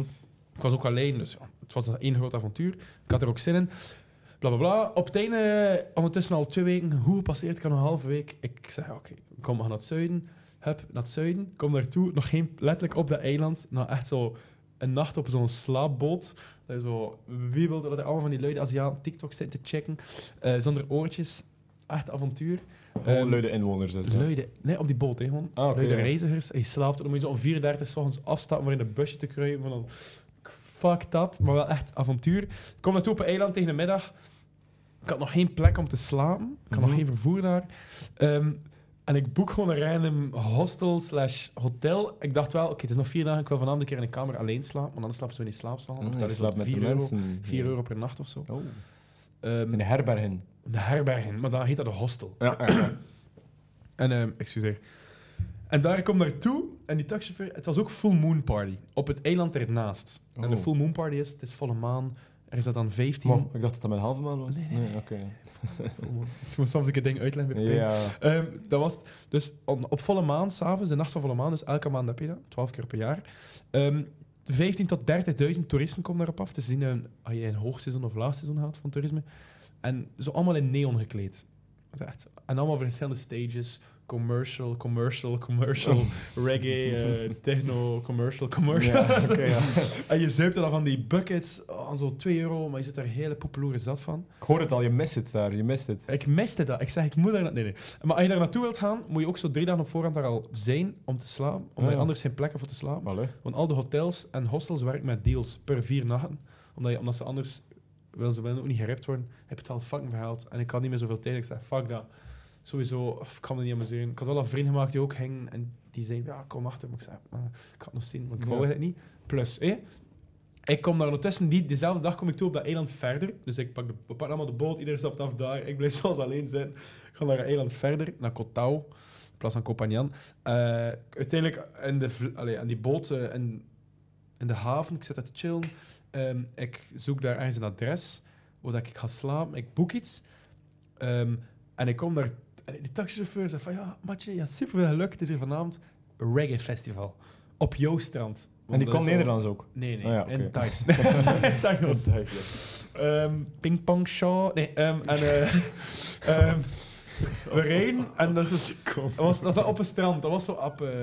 S1: Ik was ook alleen, dus ja, het was een één groot avontuur. Ik had er ook zin in. Bla bla bla. Op het einde, eh, ondertussen al twee weken, hoe passeert ik al een halve week? Ik zeg, oké, kom maar naar het zuiden. Heb naar het zuiden, kom daartoe. Nog geen, letterlijk op dat eiland. Nou, echt zo een nacht op zo'n slaapboot. Dat je zo wiebelt, dat er allemaal van die luide Aziaten TikTok zitten te checken. eh, zonder oortjes. Echt avontuur.
S2: Gewoon
S1: Ehm,
S2: luide inwoners. Dus, ja.
S1: Luide, nee, op die boot, hè, gewoon.
S2: Ah, oké,
S1: Luide
S2: ja.
S1: reizigers. En je slaapt, dan moet je zo om 34 's ochtends afstaan om weer in een busje te kruipen. Van dan, fucked up, maar wel echt avontuur. Ik kom naartoe op een eiland tegen de middag. Ik had nog geen plek om te slapen. Ik had nog
S2: Mhm.
S1: geen vervoer daar. Ehm, en ik boek gewoon een random hostel slash hotel. Ik dacht wel, oké, het is nog vier dagen. Ik wil vanavond een keer in een kamer alleen slapen. Want anders slapen ze in die slaapzaal. Want
S2: Ah,
S1: dat
S2: je
S1: is
S2: slaapt
S1: dan
S2: met de
S1: 4 euro,
S2: mensen.
S1: 4
S2: Ja.
S1: euro per nacht of zo.
S2: Oh.
S1: Ehm,
S2: In de herbergen.
S1: de herbergen, maar dan heet dat een hostel. En, ehm, excuseer. En daar kom naartoe en die taxichauffeur... Het was ook full moon party op het eiland ernaast. En de
S2: Oh.
S1: full moon party is, het is volle maan, er is dat dan 15.
S2: Mam, ik dacht dat dat met een halve maan was.
S1: Nee,
S2: Nee,
S1: nee,
S2: oké.
S1: Full moon. Dus ik moet soms een keer dingen uitleggen bij Pepijn.
S2: Ja.
S1: Ehm, dat was het. Dus op, op volle maan, s'avonds, de nacht van volle maan, dus elke maand heb je dat, 12 keer per jaar. Ehm 15 tot 30.000 toeristen komen daarop af. Te zien eh, als je een hoogseizoen of laagseizoen had van toerisme. En zo allemaal in neon gekleed. Dat is echt- En allemaal verschillende stages. Commercial, commercial, commercial. reggae, eh, techno, commercial, commercial.
S2: Oh. Ja, oké, ja.
S1: en je zuipt er dan van die buckets, oh, zo 2 euro, maar je zit er hele poepeloeren zat van.
S2: Ik hoor het al, je mist het daar, je mist het.
S1: Ik miste dat. Ik zeg, ik moet daar na- Nee, nee. Maar als je daar naartoe wilt gaan, moet je ook zo drie dagen op voorhand daar al zijn om te slapen. Omdat
S2: Ah,
S1: je
S2: ja.
S1: anders geen plekken voor te slapen.
S2: Allee.
S1: Want al de hotels en hostels werken met deals per vier nachten. Omdat, je, omdat ze anders, wel ze willen ook niet gerept worden, heb je het al fucking verhaald. En ik had niet meer zoveel tijd. Ik zeg, fuck dat. Sowieso, of, ik kan me niet amuseren. Ik had wel een vriend gemaakt die ook ging en die zei, ja, kom achter. Maar ik zei, "Ah, ik had nog zien, maar ik wou
S2: Ja.
S1: het niet. Plus, eh, ik kom daar ondertussen niet. Dezelfde dag kom ik toe op dat eiland verder. Dus ik pak de, we pakken allemaal de boot, iedereen stapt af daar. Ik blijf zoals alleen zijn. Ik ga naar een eiland verder, naar Koh Tao, in plaats van Koh Phangan. Eh, uiteindelijk in de, vl- allee, aan die boot eh, in, in de haven, ik zit daar te chillen. Ehm, ik zoek daar ergens een adres waar dat ik ga slapen. Ik boek iets. Ehm, en ik kom daar. en die taxichauffeur zegt van ja, Matje, ja, super veel geluk. Het is hier vanavond een reggae festival op jouw strand.
S2: En die
S1: kan
S2: kan Nederlands ook.
S1: Nee, nee.
S2: Ah ja, oké.
S1: In Thais. In Thailand. Ehm, Ping Pong Shaw. Nee, ehm, en... eh, ehm, we reden en dat is... Dat was, dat was op een strand. Dat was zo op... eh,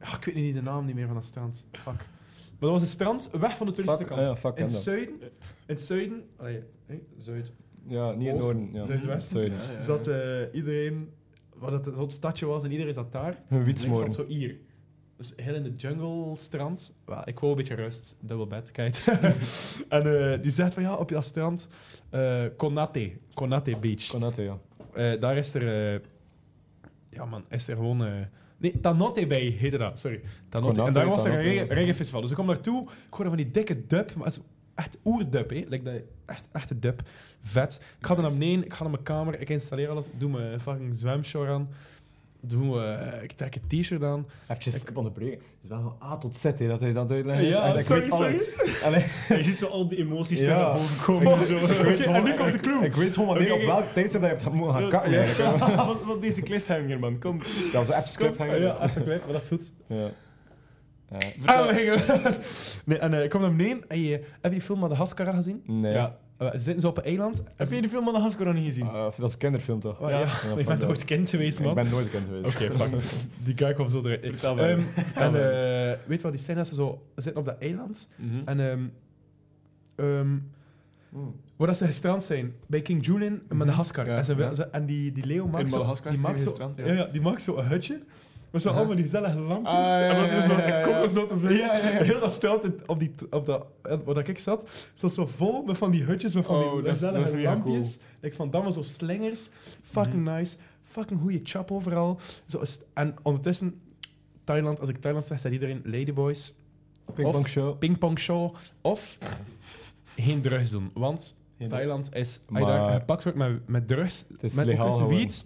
S1: ah, ik weet niet de naam niet meer van dat strand. Fuck. Maar dat was een strand weg van de
S2: Fuck,
S1: toeristenkant.
S2: ah ja, fuck
S1: in
S2: en
S1: het
S2: dat.
S1: zuiden... In het zuiden... Allee, hè, zuid.
S2: Ja, niet in het
S1: Oost,
S2: noorden. Ah, Ja.
S1: Zuidwest.
S2: Zuid.
S1: Zat eh, iedereen... Wat het, wat het stadje was en iedereen zat daar.
S2: Een
S1: En ik zat
S2: wietsmoren.
S1: zo hier. Dus heel in de jungle, strand. Wel, ik wou een beetje rust, dubbel bed, kijk. en eh, die zegt van ja, op dat strand, eh Konate, Konate Beach.
S2: Konate, ja.
S1: Eh, daar is er, eh, ja man, is er gewoon... eh, nee, Tanote bij heette dat, sorry. Tanote.
S2: Konate,
S1: en daar was er een
S2: Tanote,
S1: reggae-
S2: ja.
S1: reggaefestival. Dus ik kom daartoe, ik hoorde van die dikke dub, maar het is echt oerdub, hè. Like dat, echt, echt een dub. Vet. Ik ga er naar beneden, ik ga naar mijn kamer, ik installeer alles, doe mijn fucking zwemshort aan. Doe, eh, ik trek een t-shirt aan.
S2: Even ik onderbreken. Het is wel van A tot Z hè, dat hij dat uitlegt.
S1: Ja, sorry, sorry.
S3: Je ziet zo al die emoties
S2: Ja.
S3: daar naar boven komen. Zo.
S1: Oké, en nu komt de clue.
S2: Ik weet gewoon wanneer
S3: Oké,
S2: op
S3: oké.
S2: welk tijdstip dat je hebt moeten gaan kakken.
S3: Ja,
S2: eigenlijk, hè. Ah,
S3: Wat, wat deze cliffhanger, man. Kom.
S2: Dat is een app cliffhanger.
S1: Ah, Ja, even klein, maar dat is goed.
S2: Ja. Ja.
S1: Ah, we gingen- nee, en eh, ik kom naar beneden. En je, heb je de film Madagascar gezien?
S2: Nee.
S1: Ja. Eh, ze zitten ze op een eiland.
S3: Heb je de film Madagascar nog niet gezien?
S2: Eh, dat is een kinderfilm toch?
S1: Oh, ja, je
S2: fuck
S1: bent
S2: dat.
S1: ooit kind geweest, man.
S2: Ik ben nooit kind geweest.
S1: Oké, fuck. Die guy kwam zo eruit.
S3: Vertel maar.
S1: Ehm, en eh, weet je wat die scène is? Ze zo zitten op dat eiland.
S3: Mhm.
S1: En ehm ehm,
S2: Mm.
S1: waar dat ze gestrand zijn. Bij King Julian in Madagascar.
S2: Mhm. Ja,
S1: en ze,
S2: ja.
S1: ze- en die, die leeuw maakt
S3: In
S1: zo...
S3: Madagascar
S1: Die
S3: zijn
S1: maakt
S3: ze
S1: zo,
S3: gestrand,
S1: ja.
S3: ja.
S1: Ja, die maakt zo een hutje. Met zo'n allemaal die gezellige lampjes.
S2: Ah, ja,
S1: en dat er
S2: ja,
S1: zo'n
S2: ja, ja.
S1: kokosnoten zijn.
S2: Ja, ja, ja.
S1: Heel dat straat in- op die, op dat, eh, waar ik zat, zat zo vol met van die hutjes, met van
S2: Oh,
S1: die
S2: dat is-
S1: gezellige
S2: dat is mega Mhm.
S1: lampjes. Ik vond dat was zo slingers. Fucking nice. Fucking goede chap overal. Zo is, het- en ondertussen, Thailand, als ik Thailand zeg, zegt iedereen Ladyboys,
S2: Pingpong show.
S1: pingpong show of geen drugs doen. Want
S2: Geen
S1: Thailand is, als je
S2: Maar-
S1: daar gepakt wordt met, met drugs,
S2: Het is
S1: met ook
S2: legaal
S1: eens
S2: gewoon.
S1: weed,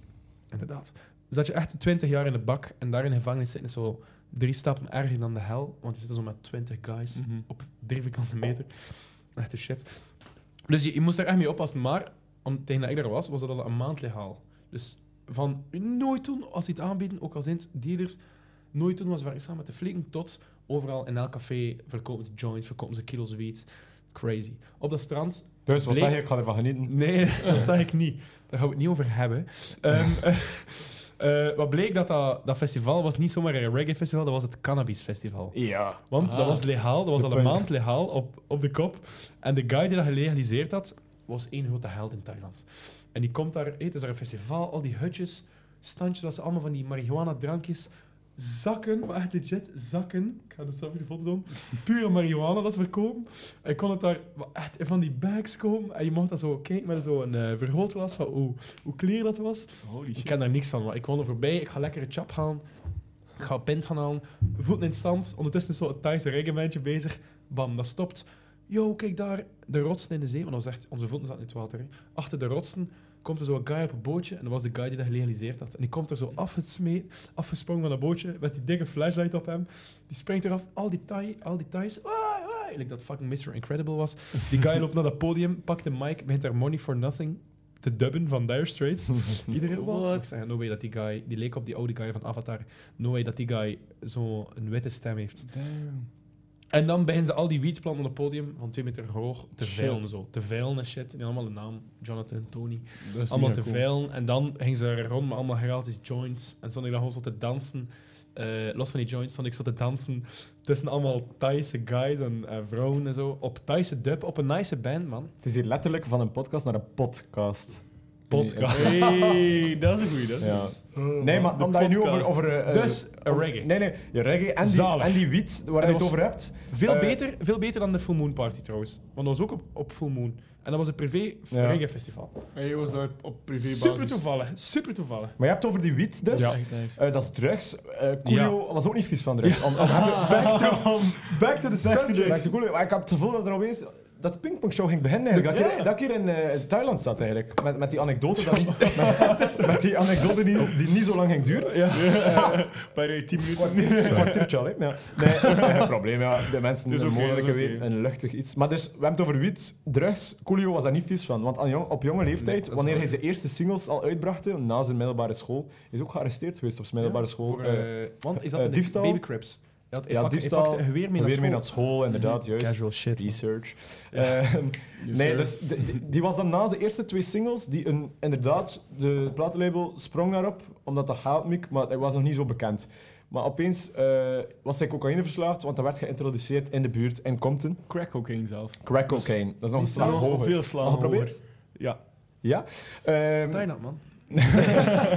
S1: inderdaad, zat je echt 20 jaar in de bak en daar in de gevangenis zitten is zo drie stappen erger dan de hel, want je zit zo met 20 guys
S3: Mhm.
S1: op drie vierkante meter. Echt de shit. Dus je, je moest daar echt mee oppassen, maar om, tegen dat ik daar was, was dat al een maand legaal. Dus van nooit doen als ze het aanbieden, ook al zijn het dealers, nooit doen was waar ik samen met de flikken tot overal in elk café verkopen ze joints, verkopen ze kilo's weed. Crazy. Op dat strand
S2: Dus wat
S1: Bleek-
S2: zeg je? Ik ga ervan genieten.
S1: Nee, dat zeg ik niet. Daar gaan we het niet over hebben. Ehm, eh, eh, wat bleek dat, dat dat festival was niet zomaar een reggae festival, dat was het cannabis festival.
S2: Ja.
S1: Want dat
S3: Ah.
S1: was legaal, dat was
S2: De
S1: al een
S2: punk.
S1: maand legaal op, op de kop. En de guy die dat gelegaliseerd had, was één grote held in Thailand. En die komt daar, hé, het is daar een festival, al die hutjes, standjes, dat ze allemaal van die marihuana drankjes, zakken, maar echt legit zakken. Ik ga de selfies een foto doen. Pure marihuana dat ze verkopen. En je kon het daar wel echt in van die bags komen. En je mocht dat zo kijken met zo'n eh vergrootglas van hoe, hoe clear dat was.
S3: Holy
S1: Ik
S3: shit.
S1: ken daar niks van, maar ik kwam er voorbij. Ik ga lekker een chap halen. Ik ga pint gaan halen. Voeten in stand. Ondertussen is zo'n Thaise reggae-bandje bezig. Bam, dat stopt. Yo, kijk daar. De rotsen in de zee. Want dat was echt, onze voeten zaten in het water. hè. Achter de rotsen komt er zo'n guy op een bootje. En dat was de guy die dat gelegaliseerd had. En die komt er zo afgesmeed, afgesprongen van dat bootje. Met die dikke flashlight op hem. Die springt eraf. Al die Thai, al die Thais. Wai, wai. Like dat fucking Mr. Incredible was. Die guy loopt naar dat podium. Pakt de mic. Begint daar Money for Nothing te dubben van Dire Straits. Iedereen wat?
S3: What?
S1: Ik zeg, no way dat die guy, die leek op die oude guy van Avatar, no way dat die guy zo'n witte stem heeft.
S3: Damn.
S1: En dan beginnen ze al die weedplanten op het podium van twee meter hoog te
S3: Shit.
S1: veilen. Zo. Te veilen en shit. En allemaal de naam, Jonathan, Tony.
S2: Dat is
S1: Allemaal
S2: mega
S1: te
S2: cool.
S1: veilen. En dan gingen ze er rond met allemaal gratis joints. En stond ik dan gewoon zo te dansen. Eh, los van die joints stond ik zo te dansen tussen allemaal Thaise guys en eh, vrouwen en zo. Op Thaise dub, op een nice band, man.
S2: Het is hier letterlijk van een podcast naar een podcast.
S1: Podcast.
S3: Hey, dat is een goeie, dat is een
S2: Ja. Nee, maar
S3: de
S2: omdat je nu over...
S3: podcast.
S2: over eh, eh,
S1: Dus, een reggae.
S2: Nee, nee. Je reggae en die,
S1: Zalig.
S2: en die wiet waar
S1: En
S2: je
S1: dat
S2: het
S1: was-
S2: over hebt.
S1: Veel,
S2: Eh,
S1: beter, veel beter dan de Full Moon Party trouwens. Want dat was ook op, op Full Moon. En dat was een privé f-
S2: Ja.
S1: reggae festival.
S3: Hey, was daar op privébasis.
S1: Super toevallig, super toevallig.
S2: Maar je hebt het over die wiet dus.
S1: Ja.
S3: Echt nice.
S2: Eh, dat is drugs. Eh Coolio was ook niet vies van drugs. Om- om even back, to, back to the subject. Back to Coolio. Maar ik heb het gevoel dat er opeens dat de pingpongshow ging beginnen. Eigenlijk. Dat, ik hier, dat ik hier in eh, Thailand zat eigenlijk. Met, met die anekdote, dat niet- met, met die, anekdote die, die niet zo lang ging duren. Ja.
S3: Een paar uur, tien minuten.
S2: Een kwartiertje al, hè. Ja. Nee, geen probleem. Ja. De mensen
S3: Dus
S2: een
S3: oké,
S2: mogelijke
S3: dat is
S2: weer
S3: oké.
S2: een luchtig iets. Maar dus, we hebben het over wiet, drugs. Coolio was daar niet vies van. Want aan jong- op jonge leeftijd,
S1: dat is
S2: wanneer
S1: waar.
S2: hij zijn eerste singles al uitbracht, na zijn middelbare school, is ook gearresteerd geweest op zijn middelbare
S1: Ja,
S2: school.
S1: voor,
S2: Eh,
S1: eh, want is dat
S2: eh,
S1: een
S2: diefstal?
S1: Baby Crips? Hij, had, hij
S2: ja,
S1: pakte- hij
S2: diefstal.
S1: pakte een geweer mee naar
S2: Weer
S1: school. Mm-hmm.
S2: mee naar school, inderdaad, juist.
S1: Casual shit. man.
S2: Research. Eh, nee, dus de- de- die was dan na zijn eerste twee singles, die een, inderdaad, de platenlabel sprong daarop, omdat dat haalt Mick, maar hij was nog niet zo bekend. Maar opeens eh, was hij cocaïne verslaafd, want dat werd geïntroduceerd in de buurt in Compton.
S3: Crack cocaine zelf.
S2: Crack cocaine, dat Dus is nog een slag
S3: Nog
S2: hoger.
S3: Veel slaan
S2: Al geprobeerd?
S3: hoger. Ja.
S2: Ja. Ehm,
S1: Thailand, man.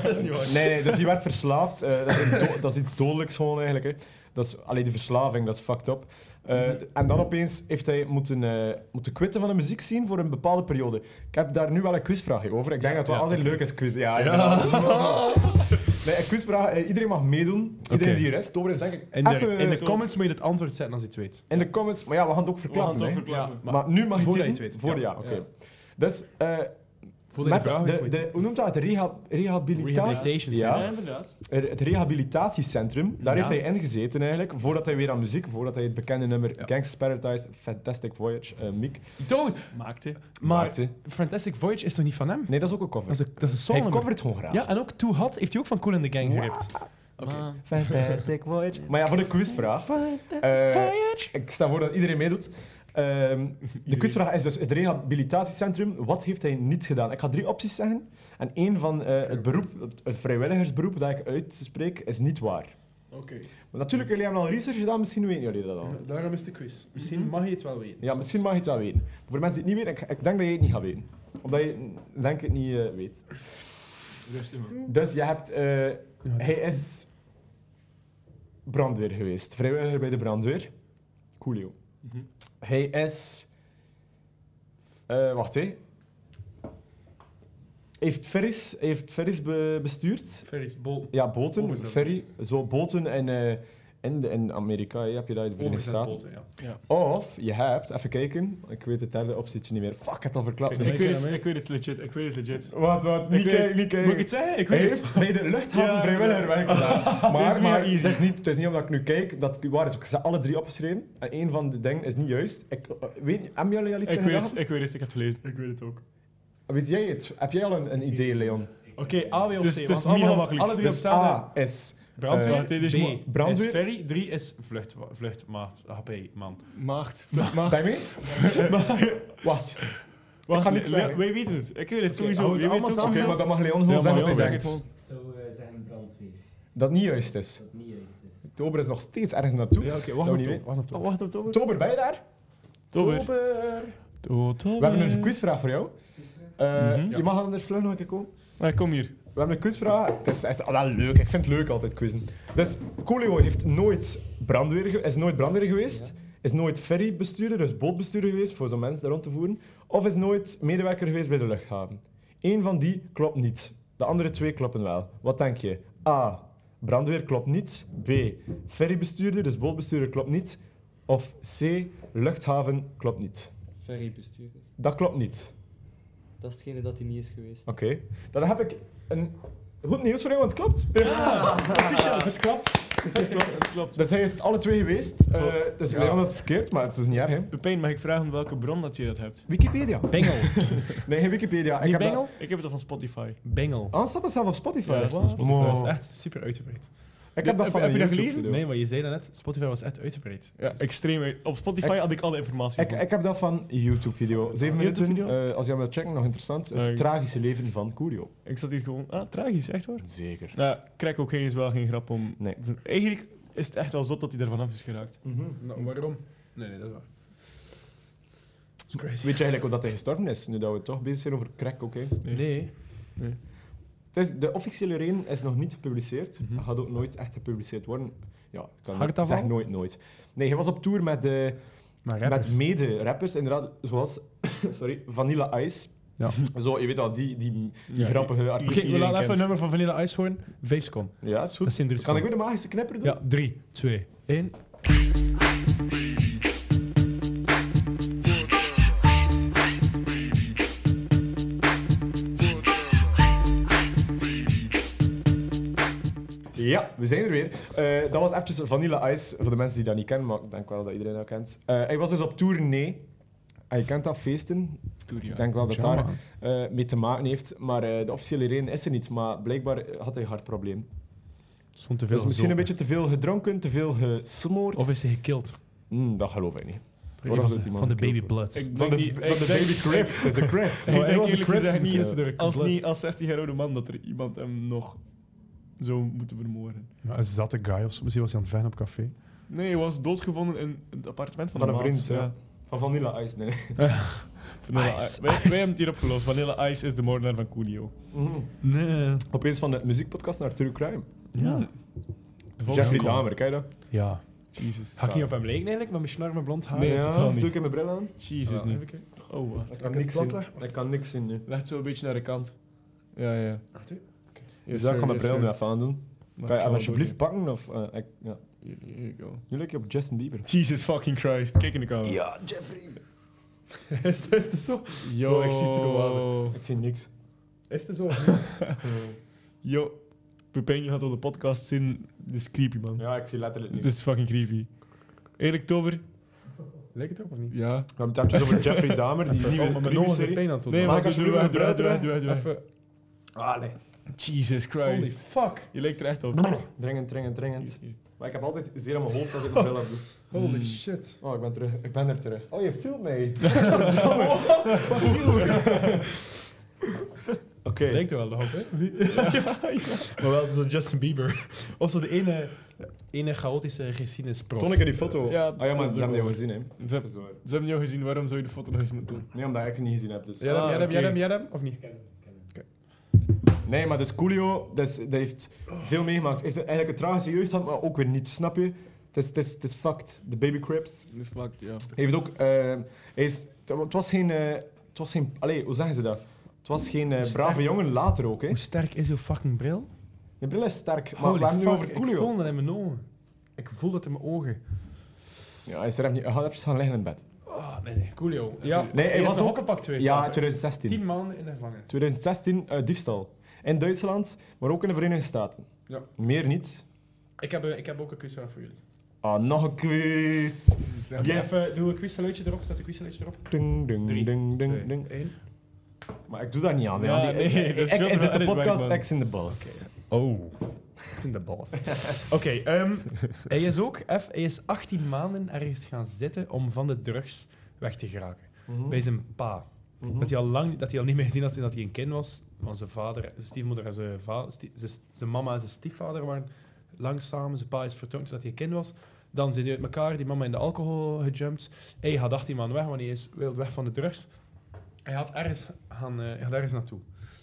S4: Dat is niet
S1: Oh,
S4: waar.
S2: Nee, nee, dus die werd verslaafd. Eh, dat, is een do- dat is iets dodelijks gewoon eigenlijk. Hè. Dat is, allee, die verslaving, dat is fucked up. Eh,
S1: Mhm.
S2: d- En dan opeens heeft hij moeten, eh moeten quitten van de muziek zien voor een bepaalde periode. Ik heb daar nu wel een quizvraagje over. Ik denk dat het wel
S1: ja,
S2: altijd leuk is, quiz. Ja, inderdaad. nee, een quizvraag. eh, iedereen mag meedoen. Iedereen
S1: Oké.
S2: die rest. Over is denk ik
S1: In de,
S2: even, eh,
S1: in de comments moet je het antwoord zetten als je het weet.
S2: in de comments. Maar ja, we gaan het ook
S3: We gaan
S2: verklappen.
S3: het ook
S2: hè.
S3: verklappen.
S1: Ja.
S2: maar, nu mag je
S1: voordat je
S2: tippen.
S1: het weet,
S2: Voor,
S1: ja.
S2: ja, oké. Dus... eh,
S1: Voordat je
S2: met
S1: de vraag
S2: de,
S1: weet,
S2: de, hoe noemt dat? De reha- rehabilitatie?
S1: Rehabilitation
S2: Ja.
S1: center.
S3: Ja, inderdaad.
S2: Er- Het rehabilitatiecentrum, daar
S1: Ja.
S2: heeft hij in gezeten eigenlijk, voordat hij weer aan muziek, voordat hij het bekende nummer
S1: Ja.
S2: Gangsta's Paradise, Fantastic Voyage, eh Miek
S1: Don't!
S3: Maakte.
S1: Maar
S2: maakte.
S1: Fantastic Voyage is toch niet van hem?
S2: Nee, dat is ook een cover.
S1: Dat is een, dat is een
S2: hij
S1: solo.
S2: covert gewoon graag.
S1: Ja, en ook Too Hot heeft hij ook van Cool in the Gang geript. Oké.
S2: Fantastic Voyage. Maar ja, voor de quizvraag. Eh, ik sta voor dat iedereen meedoet. Ehm, de quizvraag is dus het rehabilitatiecentrum. Wat heeft hij niet gedaan? Ik ga drie opties zeggen. En één van eh, het beroep, het- het vrijwilligersberoep dat ik uitspreek, is niet waar.
S3: Oké.
S2: Maar natuurlijk, jullie hebben al research gedaan, misschien weten jullie dat al.
S1: Daarom is de quiz.
S3: Mhm.
S1: Misschien mag je het wel weten.
S2: Ja, misschien mag je het wel weten. Voor mensen die het niet weten, ik, ik denk dat je het niet gaat weten. Omdat je mm, denk ik het niet eh, weet.
S3: Rustig man.
S2: Dus je hebt... eh, hij is brandweer geweest. Vrijwilliger bij de brandweer. Coolio.
S3: Mhm.
S2: Hij is... eh, wacht, hé. Heeft ferries, heeft ferries be- bestuurd.
S1: Ferris Bolton.
S2: Ja, boten.
S1: Overzetten.
S2: Ferry. Zo, boten en... eh, in, de- in Amerika hè, heb je dat in de Verenigde
S1: Overzet
S2: Staten.
S1: Bolton, ja.
S2: Of je hebt, even kijken, ik weet het derde opzichtje niet meer. Fuck, ik heb het al verklapt.
S3: Ik weet, het, ik weet het legit, ik weet het legit.
S2: Wat, wat?
S3: Ik
S2: Niet
S3: weet
S2: kijken,
S3: het.
S2: niet kijken.
S3: Moet ik het zeggen? Ik
S2: Hij
S3: weet
S2: heeft
S3: het.
S2: bij de luchthaven
S3: Ja,
S2: vrijwilliger
S3: ja.
S2: werk gedaan.
S3: Dit
S2: Maar,
S3: is
S2: maar
S3: weer easy.
S2: het, is niet, het is niet omdat ik nu kijk dat ik waar is. Ik heb ze alle drie opgeschreven en één van de dingen is niet juist. Ik eh, weet niet, hebben jullie al iets
S3: Ik
S2: in
S3: weet
S2: gedaan?
S3: het, ik weet het, ik heb het gelezen. Ik weet het ook.
S2: Weet jij het? Heb jij al een, een idee, Leon?
S1: Oké, A, W of C.
S3: Dus
S1: want
S3: het is
S1: allemaal-
S3: mega makkelijk.
S1: Alle drie
S2: Dus
S1: op staat.
S2: A is
S1: Brandweer,
S3: Eh, dit is mo-
S1: B,
S2: brandweer.
S1: is ferry, 3 is vlucht, vluchtmaat, HP, man.
S3: Maagd.
S2: bij mij? Wat?
S3: Wacht,
S2: ga niet
S3: Le-
S2: zeggen.
S3: wij weten het. Ik weet het sowieso.
S1: hou het
S3: Jij weet het
S1: allemaal
S3: ook
S2: Oké,
S1: samen.
S3: sowieso.
S2: maar dan mag Leon
S3: Ja,
S2: gewoon
S3: maar
S2: zeggen
S3: Leon,
S2: wat
S3: zeg
S2: hij
S3: het
S2: denkt.
S3: gewoon.
S4: Zo eh, zeggen brandweer,
S2: Dat niet juist is.
S4: dat niet juist is.
S2: Tober is nog steeds ergens naartoe.
S1: Ja, oké,
S2: Dat
S1: wacht
S2: we
S1: op
S2: niet
S1: toe,
S2: weten.
S1: wacht op toe.
S3: Oh, wacht op Tober.
S2: Tober, ben je daar?
S3: Tober.
S2: We hebben een quizvraag voor jou. Eh,
S3: Mhm.
S2: Je mag anders vlug nog een keer komen.
S3: Ah, kom hier.
S2: We hebben een quizvraag. Het is, het is ah, wel leuk. Ik vind het leuk altijd quizzen. Dus Coolio heeft nooit brandweer, ge- is nooit brandweer geweest. Is nooit ferrybestuurder, dus bootbestuurder geweest voor zo'n mensen daar rond te voeren. Of is nooit medewerker geweest bij de luchthaven. Eén van die klopt niet. De andere twee kloppen wel. Wat denk je? A. Brandweer klopt niet. B. Ferrybestuurder, dus bootbestuurder klopt niet. Of C. Luchthaven klopt niet.
S5: Ferrybestuurder.
S2: Dat klopt niet.
S5: Dat is hetgene dat hij niet is geweest.
S2: Oké. Dan heb ik een goed nieuws voor jou, want het klopt.
S3: Het klopt. Het klopt, het klopt.
S2: Dus hij is het alle twee geweest. Eh,
S3: Vol-
S2: dus
S3: ja.
S2: Leon had het verkeerd, maar het is niet erg. Hè?
S3: Pepijn, mag ik vragen welke bron dat je dat hebt?
S2: Wikipedia.
S1: Bengel,
S2: Nee, geen Wikipedia.
S1: niet
S2: ik heb
S1: Bengel?
S2: dat...
S3: Ik heb het al van Spotify.
S1: Bengel.
S2: Ah, staat dat zelf op Spotify?
S3: Ja, dat staat op
S2: Wow.
S1: Spotify was echt super uitgebreid.
S2: Ik heb dat
S3: Heb-
S2: van
S3: heb
S2: een
S3: je dat
S2: YouTube
S3: gelezen?
S2: video.
S1: Nee, maar je zei dat net, Spotify was echt uitgebreid.
S3: Ja, extreem. uit- Op Spotify
S2: Ik-
S3: had Dus- ik alle informatie.
S2: Ik, ik heb dat van een YouTube video. Zeven minuten.
S3: YouTube-video?
S2: eh, als je hem wilt checken, nog interessant. Het
S3: Ah, Ja, ik-
S2: tragische leven van Curio.
S3: Ik zat hier gewoon. Ah, tragisch, echt waar?
S2: Zeker.
S3: Nou, Crack ook geen, is wel geen grap om.
S2: Nee.
S3: Eigenlijk is het echt wel zot dat hij daarvan af is geraakt.
S1: Nou, waarom? Nee, nee, dat is waar. Dat is crazy.
S2: Weet je eigenlijk hoe dat hij gestorven is? Nu dat we toch bezig zijn over crack, oké.
S3: Nee.
S1: Nee.
S2: Het is- De officiële reden is nog niet gepubliceerd.
S1: Mhm.
S2: Gaat ook nooit echt gepubliceerd worden. Ja, ik kan
S1: Hartaanval?
S2: zeg nooit, nooit. Nee, hij was op tour met... eh,
S1: Maar rappers.
S2: Met mede-rappers, inderdaad, zoals sorry, Vanilla Ice.
S1: Ja.
S2: Zo, je weet al, die, die, die
S3: Ja,
S2: grappige
S1: Oké,
S2: artiesten.
S1: we
S3: iedereen
S1: laten even
S3: kent.
S1: een nummer van Vanilla Ice horen. Vijf seconden.
S2: Ja, is
S1: Dat
S2: goed.
S1: zijn drie
S2: Kan
S1: seconden.
S2: ik weer de magische knipper doen?
S1: Ja, drie, twee, één.
S2: Ja, we zijn er weer. Eh, dat was eventjes Vanilla Ice, voor de mensen die dat niet kennen, maar ik denk wel dat iedereen dat kent. Eh, hij was dus op tournee. En je kent dat, feesten. Ik denk wel dat daar
S1: Pyjama.
S2: eh, mee te maken heeft. Maar eh, de officiële reden is er niet. Maar blijkbaar had hij een hartprobleem.
S1: Stond te veel
S2: Dus misschien
S1: gezopen.
S2: een beetje te veel gedronken, te veel gesmoord.
S1: Of is hij gekild?
S2: Hmm, dat geloof ik niet.
S1: Door
S2: Waarom
S1: een
S2: doet
S1: Van,
S2: die
S1: de-
S2: man
S1: van de
S2: gekild
S1: baby
S2: worden?
S1: blood.
S3: Ik
S2: Van
S3: denk
S2: de,
S3: niet.
S2: van
S3: ik
S2: de
S3: denk-
S2: baby Crips. Het is de Crips.
S3: Ik
S1: Maar hij
S3: denk
S1: was een
S3: eerlijk
S1: crip
S3: gezegd
S1: misschien
S3: niet
S1: door een
S3: als,
S1: blood.
S3: niet als 60-jarige man dat er iemand hem nog zou moeten vermoorden.
S1: Maar een zatte guy of zo. Misschien was hij aan het van op café.
S3: Nee, hij was doodgevonden in het appartement van,
S2: Van
S3: de
S2: een
S3: maat,
S2: vriend, ja. Van Vanilla Ice, nee.
S3: Vanilla
S1: Ice,
S3: Ice. Wij, wij hebben het hierop geloofd. Vanilla Ice is de moordenaar van Coolio.
S1: Nee.
S2: Opeens van de muziekpodcast naar True Crime.
S1: Ja.
S2: Jeffrey Dahmer, kijk dat.
S1: Ja.
S3: Jesus.
S1: Ga ik niet op hem lijken eigenlijk, met mijn snor, mijn blond haar.
S3: Nee,
S2: ja,
S3: totaal niet.
S2: Doe ik in mijn bril aan?
S3: Jesus,
S1: Even
S3: nu.
S1: kijken.
S3: Oh, wat.
S2: kan
S1: niks zien.
S2: Ik kan niks zien nu.
S3: Leg het zo een beetje naar de kant. Ja, ja.
S1: Wacht, hè.
S2: Dus ik ga
S3: eh,
S2: mijn bril nu even aandoen. Kan je hem alsjeblieft pakken? Of, eh, ik, ja. Nu lijk je op Justin Bieber.
S3: Jesus fucking Christ. Kijk in de camera.
S2: Ja, Jeffrey.
S1: Is het- is het zo?
S3: Yo, ik zie ze gewoon
S2: Ik zie niks.
S1: Is het zo?
S3: Yo. Pepijn, je gaat op de podcast zien. Dit is creepy, man.
S2: Ja, ik zie letterlijk
S3: Dit
S2: niks.
S3: is fucking creepy. Eerlijk, Tover?
S1: Lijkt het ook of niet?
S3: Ja.
S2: We hebben het even over Jeffrey Dahmer, die
S1: Even- oh,
S2: nieuwe
S1: maar mijn ogen zijn
S2: crime-serie.
S1: pijn aan het doen.
S3: Nee,
S1: man.
S3: maar
S2: maak
S3: doe
S2: alsjeblieft
S3: weg,
S2: een
S3: doe weg, doe weg,
S2: bruid,
S3: doe weg, doe weg.
S1: Even-
S2: Ah, nee.
S3: Jesus
S1: Holy
S3: Christ.
S1: fuck.
S3: Je lijkt er echt op.
S2: Dringend, dringend, dringend. Maar ik heb altijd zeer aan mijn hoofd als ik mijn bril op doe.
S1: Holy shit.
S2: Oh, ik ben terug. Ik ben er terug. Oh, je filmt mij. Verdomme. Fuck you. Oké.
S1: Denkt er wel nog op, hè? Maar wel zo Justin Bieber. Of zo de ene, ene chaotische geschiedenisprof.
S2: Toon ik in die foto.
S3: Ja,
S2: ah, ja maar
S3: dat
S2: ze
S3: is
S2: hebben jou
S3: wel.
S2: gezien, hè.
S3: Ze
S2: Dat is waar.
S3: Ze hebben jou gezien, waarom zou je de foto nog eens moeten doen?
S2: Nee, omdat ik het niet gezien heb. Dus.
S1: Jij hem,
S3: Ah,
S1: jij hem, jij
S3: oké.
S1: hem, jij hem, of niet?
S4: Ken, ken.
S2: Nee, maar dus Coolio, dat, is, dat heeft veel meegemaakt. Heeft eigenlijk een tragische jeugd gehad, maar ook weer niet, snap je? Het is, het is, het is fucked. De Baby Crips.
S3: Dat is fucked, ja.
S2: Hij heeft ook... eh, hij is, het wa- het was geen... eh, het was geen... Allee, hoe zeggen ze dat? Het was geen eh, brave
S1: Sterk.
S2: jongen later ook, hè?
S1: Hoe sterk is uw fucking bril?
S2: De bril is sterk, maar
S1: Holy
S2: we hebben
S1: fuck,
S2: nu over
S1: ik
S2: Coolio.
S1: voel dat in mijn ogen. Ik voel dat in mijn ogen.
S2: Ja, hij is er even niet... Hij gaat even gaan liggen in bed.
S1: Oh, nee, nee, Coolio. Ja,
S2: Nee, hij
S1: hij
S2: was
S1: was een
S2: ook-
S1: hokkenpak geweest.
S2: Ja,
S1: later.
S2: 2016.
S1: Tien maanden in de gevangenis.
S2: 2016, eh, diefstal. In Duitsland, maar ook in de Verenigde Staten.
S1: Ja.
S2: Meer niet.
S1: Ik heb, eh, ik heb ook een quiz vraag voor jullie.
S2: Ah, nog een quiz.
S1: Zeg maar
S2: Yes.
S1: Even, doe een quizsalutje erop, zet een quizsalutje erop.
S2: Ding, ding,
S1: Drie,
S2: ding, ding,
S1: twee,
S2: ding.
S1: één.
S2: Maar ik doe dat niet aan. hè,
S3: Ja,
S2: want die- ik-
S3: nee,
S2: ik-
S3: dat is
S2: ik-
S3: veel te
S2: ik-
S3: veel
S2: de podcast
S3: uitwerk, man.
S2: Ex in de Boss.
S1: Oh. is in de balls. Oké, ehm, hij is ook F, hij is 18 maanden ergens gaan zitten om van de drugs weg te geraken. Bij zijn pa.
S2: Mhm.
S1: Dat hij al lang dat hij al niet meer gezien had sinds dat hij een kind was. Want zijn vader, zijn stiefmoeder en zijn, va- stie- zijn, zijn mama en zijn stiefvader waren lang samen. Zijn pa is vertoond toen dat hij een kind was. Dan zijn die uit elkaar, die mama in de alcohol gejumpt. Hij had 18 maanden weg, want hij is wild weg van de drugs. Hij had ergens, gaan, eh, hij gaat ergens naartoe.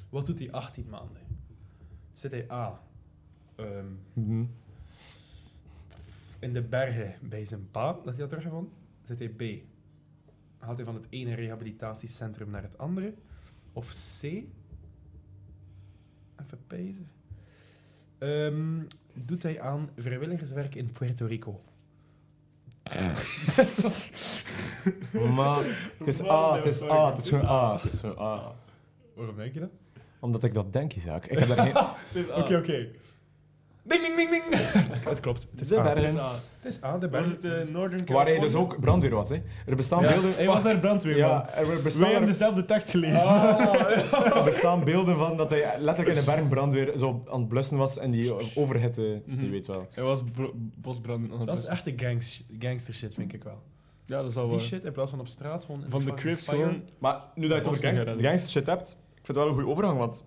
S1: Wat doet hij 18 maanden? Zit hij A. ehm,
S2: Mhm.
S1: in de bergen bij zijn pa, dat hij had teruggevonden, zit hij B. Gaat hij van het ene rehabilitatiecentrum naar het andere? Of C? Even pezen. Ehm, doet hij aan vrijwilligerswerk in Puerto Rico?
S2: Maar het is
S3: Wow,
S2: A, het
S3: dat
S2: is
S3: was
S2: A,
S3: wel
S2: het is gewoon A. Het is gewoon A.
S1: Waarom denk je dat?
S2: Omdat ik dat denk, Isaac. Ik heb daar geen...
S3: Het is A.
S1: Oké, oké. Ding, ding, ding, ding! het klopt. Het is
S2: De
S1: A.
S2: bergen.
S3: Het is A.
S1: Het is A, de
S3: Was
S1: bergen.
S3: het eh, Northern California?
S2: Waar hij dus ook brandweer was, hè. Er bestaan
S3: Ja,
S2: beelden...
S3: hij was
S2: Fuck.
S3: daar brandweer, man.
S2: Ja, er
S3: Wij
S2: bestaan,
S3: hebben dezelfde tekst gelezen.
S2: er bestaan beelden van dat hij letterlijk in de bergbrandweer zo aan het blussen was en die overhitte,
S3: Mhm.
S2: je weet wel.
S3: Hij was bro- bosbranden aan het
S1: Dat is
S3: blussen.
S1: echt de gangs, gangster shit, vind ik wel.
S3: Ja, dat is al
S1: Die
S3: waar.
S1: shit in plaats van op straat gewoon in
S3: Van de
S1: fucking
S3: Crips
S1: fire.
S3: gewoon.
S2: Maar nu dat je het
S3: Bosnië
S2: over gang,
S3: redden.
S2: gangster shit hebt, ik vind het wel een goede overgang, want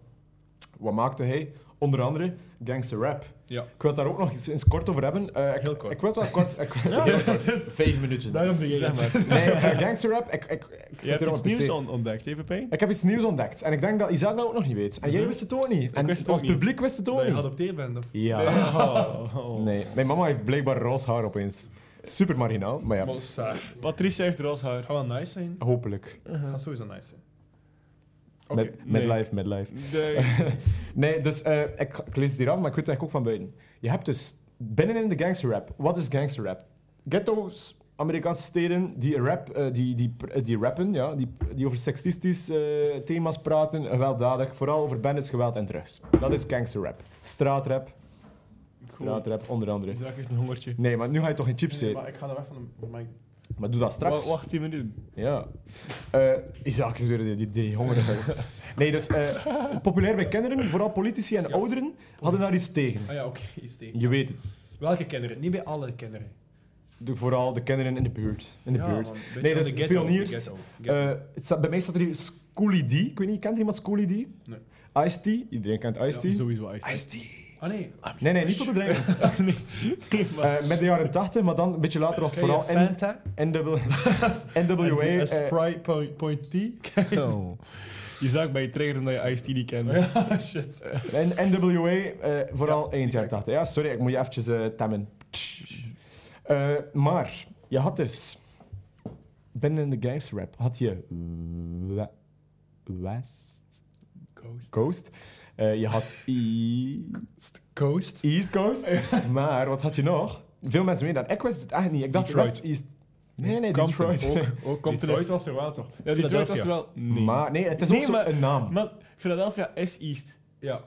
S2: wat maakte hij? Onder andere gangster rap.
S1: Ja.
S2: Ik wil het daar ook nog eens- eens kort over hebben. Eh, ik,
S1: Heel kort.
S2: Ik wil het wel kort. Ik,
S3: Ja, dat is-
S2: Vijf minuten.
S3: Daarom ben je
S2: Zeg
S3: het.
S2: maar. Nee, eh, gangster rap, ik, ik, ik
S3: Je
S2: zit
S3: hebt
S2: hier op
S3: iets
S2: een
S3: nieuws
S2: PC.
S3: on- ontdekt, hè, Pepijn?
S2: Ik heb iets nieuws ontdekt. En ik denk dat Isaac dat ook nog niet weet. En jij wist het ook niet. En
S3: Mhm. wist het ook
S2: ons
S3: niet.
S2: publiek wist het ook
S1: Dat je
S2: niet.
S1: geadopteerd bent, of...
S2: Ja. Oh. Nee, mijn mama heeft blijkbaar roze haar opeens. Super marginaal, maar ja.
S1: Maar dat is saai.
S3: Patricia heeft roze haar.
S1: Het gaat wel nice zijn.
S2: Hopelijk.
S1: Het gaat sowieso nice zijn. Oké.
S2: Met,
S3: nee.
S2: midlife, midlife.
S3: De-
S2: Nee, dus eh, ik, ik lees het hier af, maar ik weet het eigenlijk ook van buiten. Je hebt dus binnen in de gangster rap. Wat is gangster rap? Ghetto's, Amerikaanse steden die, rap, eh, die, die, pr- die rappen, ja, die, die over seksistische eh, thema's praten, gewelddadig, vooral over bendes, geweld en drugs. Dat is gangster rap. Straatrap, straatrap onder andere.
S3: Isaac heeft een hongertje.
S2: Nee, maar nu ga je toch geen chips
S1: Nee,
S2: eten?
S1: maar ik ga er weg van de mic.
S2: Maar doe dat straks.
S3: Wa- Wacht 10 minuten.
S2: Ja. Eh Isaac is weer die, die, die hongerige. Nee, dus eh, populair bij kinderen, vooral politici en ouderen, hadden daar iets tegen.
S1: Ah ja, oké, iets tegen.
S2: Je weet het.
S1: Welke kinderen? Niet bij alle kinderen.
S2: De, vooral de kinderen in de buurt. In de
S1: Ja,
S2: buurt.
S1: man, een beetje
S2: nee,
S1: aan
S2: dat is
S1: de ghetto,
S2: pioniers.
S1: ghetto, ghetto.
S2: Eh, het staat, bij mij staat er hier Schoolie D. Ik weet niet, kent er iemand Schoolie D?
S1: Nee.
S2: Ice-T. Iedereen kent Ice-T.
S3: Sowieso echt.
S2: Ice-T.
S1: Ah nee,
S2: Nee, nee, niet tot te drinken. Eh, met de jaren 80, maar dan een beetje later was het
S1: vooral
S2: vooral N-
S1: Fanta.
S2: NW NWA.
S3: Een
S2: eh,
S3: Sprite point, point T. Isaac, bij je trigger dat je Ice-T niet kent.
S1: Oh, shit.
S2: En NWA, eh, vooral 81. Ja, sorry, ik moet je eventjes eh, temmen. Eh, maar, je had dus... Binnen in de gangster rap had je... we- West
S1: Coast.
S2: Coast. Eh, je had E-
S1: Coast.
S2: East Coast. Maar wat had je nog? Veel mensen weten dat. Ik wist het eigenlijk niet. Ik dacht
S1: Detroit.
S2: West East... Nee, nee,
S3: Compton
S2: Detroit.
S3: Ook, ook komt
S1: Detroit was er wel, toch?
S3: Ja, Detroit was er
S1: Philadelphia.
S3: wel. Nee.
S2: Maar nee, het is
S3: Nee,
S2: ook zo
S3: maar-
S2: een naam.
S3: Maar Philadelphia is East.
S1: Ja,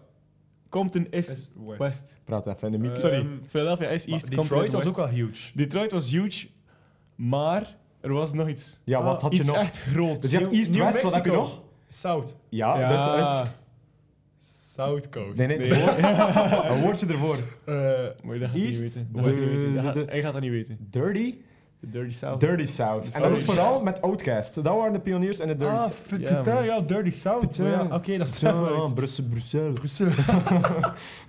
S3: Compton is
S1: is West.
S3: West.
S2: Praat even in de micro.
S1: Eh,
S3: Sorry,
S1: Ehm,
S3: Philadelphia is
S1: Maar
S3: East. Compton
S1: Detroit
S3: is
S1: was ook
S3: West.
S1: wel huge.
S3: Detroit was huge, maar er was nog iets.
S2: ja, wat had je
S3: Ah, iets
S2: nog?
S3: echt groot.
S2: Dus je hebt East,
S1: New
S2: West, wat heb je
S1: Mexico.
S2: nog?
S1: South.
S2: Ja, dat is het.
S1: South Coast.
S2: Ah, dus
S1: Eh,
S2: Nee, nee, een woordje ervoor.
S3: Maar dat gaat hij niet
S2: East,
S3: weten. Dat gaat hij niet
S2: de-
S3: weten. Dat
S2: de-
S3: gaat- Hij gaat dat niet weten.
S2: Dirty?
S3: The Dirty South.
S2: Dirty South. En dat
S3: South.
S2: is vooral met Outcast. Dat waren de pioniers in de Dirty South.
S3: Ja, man.
S1: Ah, ja, Dirty South. Oh
S2: Putain.
S1: Ja, Oké, dat is wel iets.
S2: Brussel, Brussel.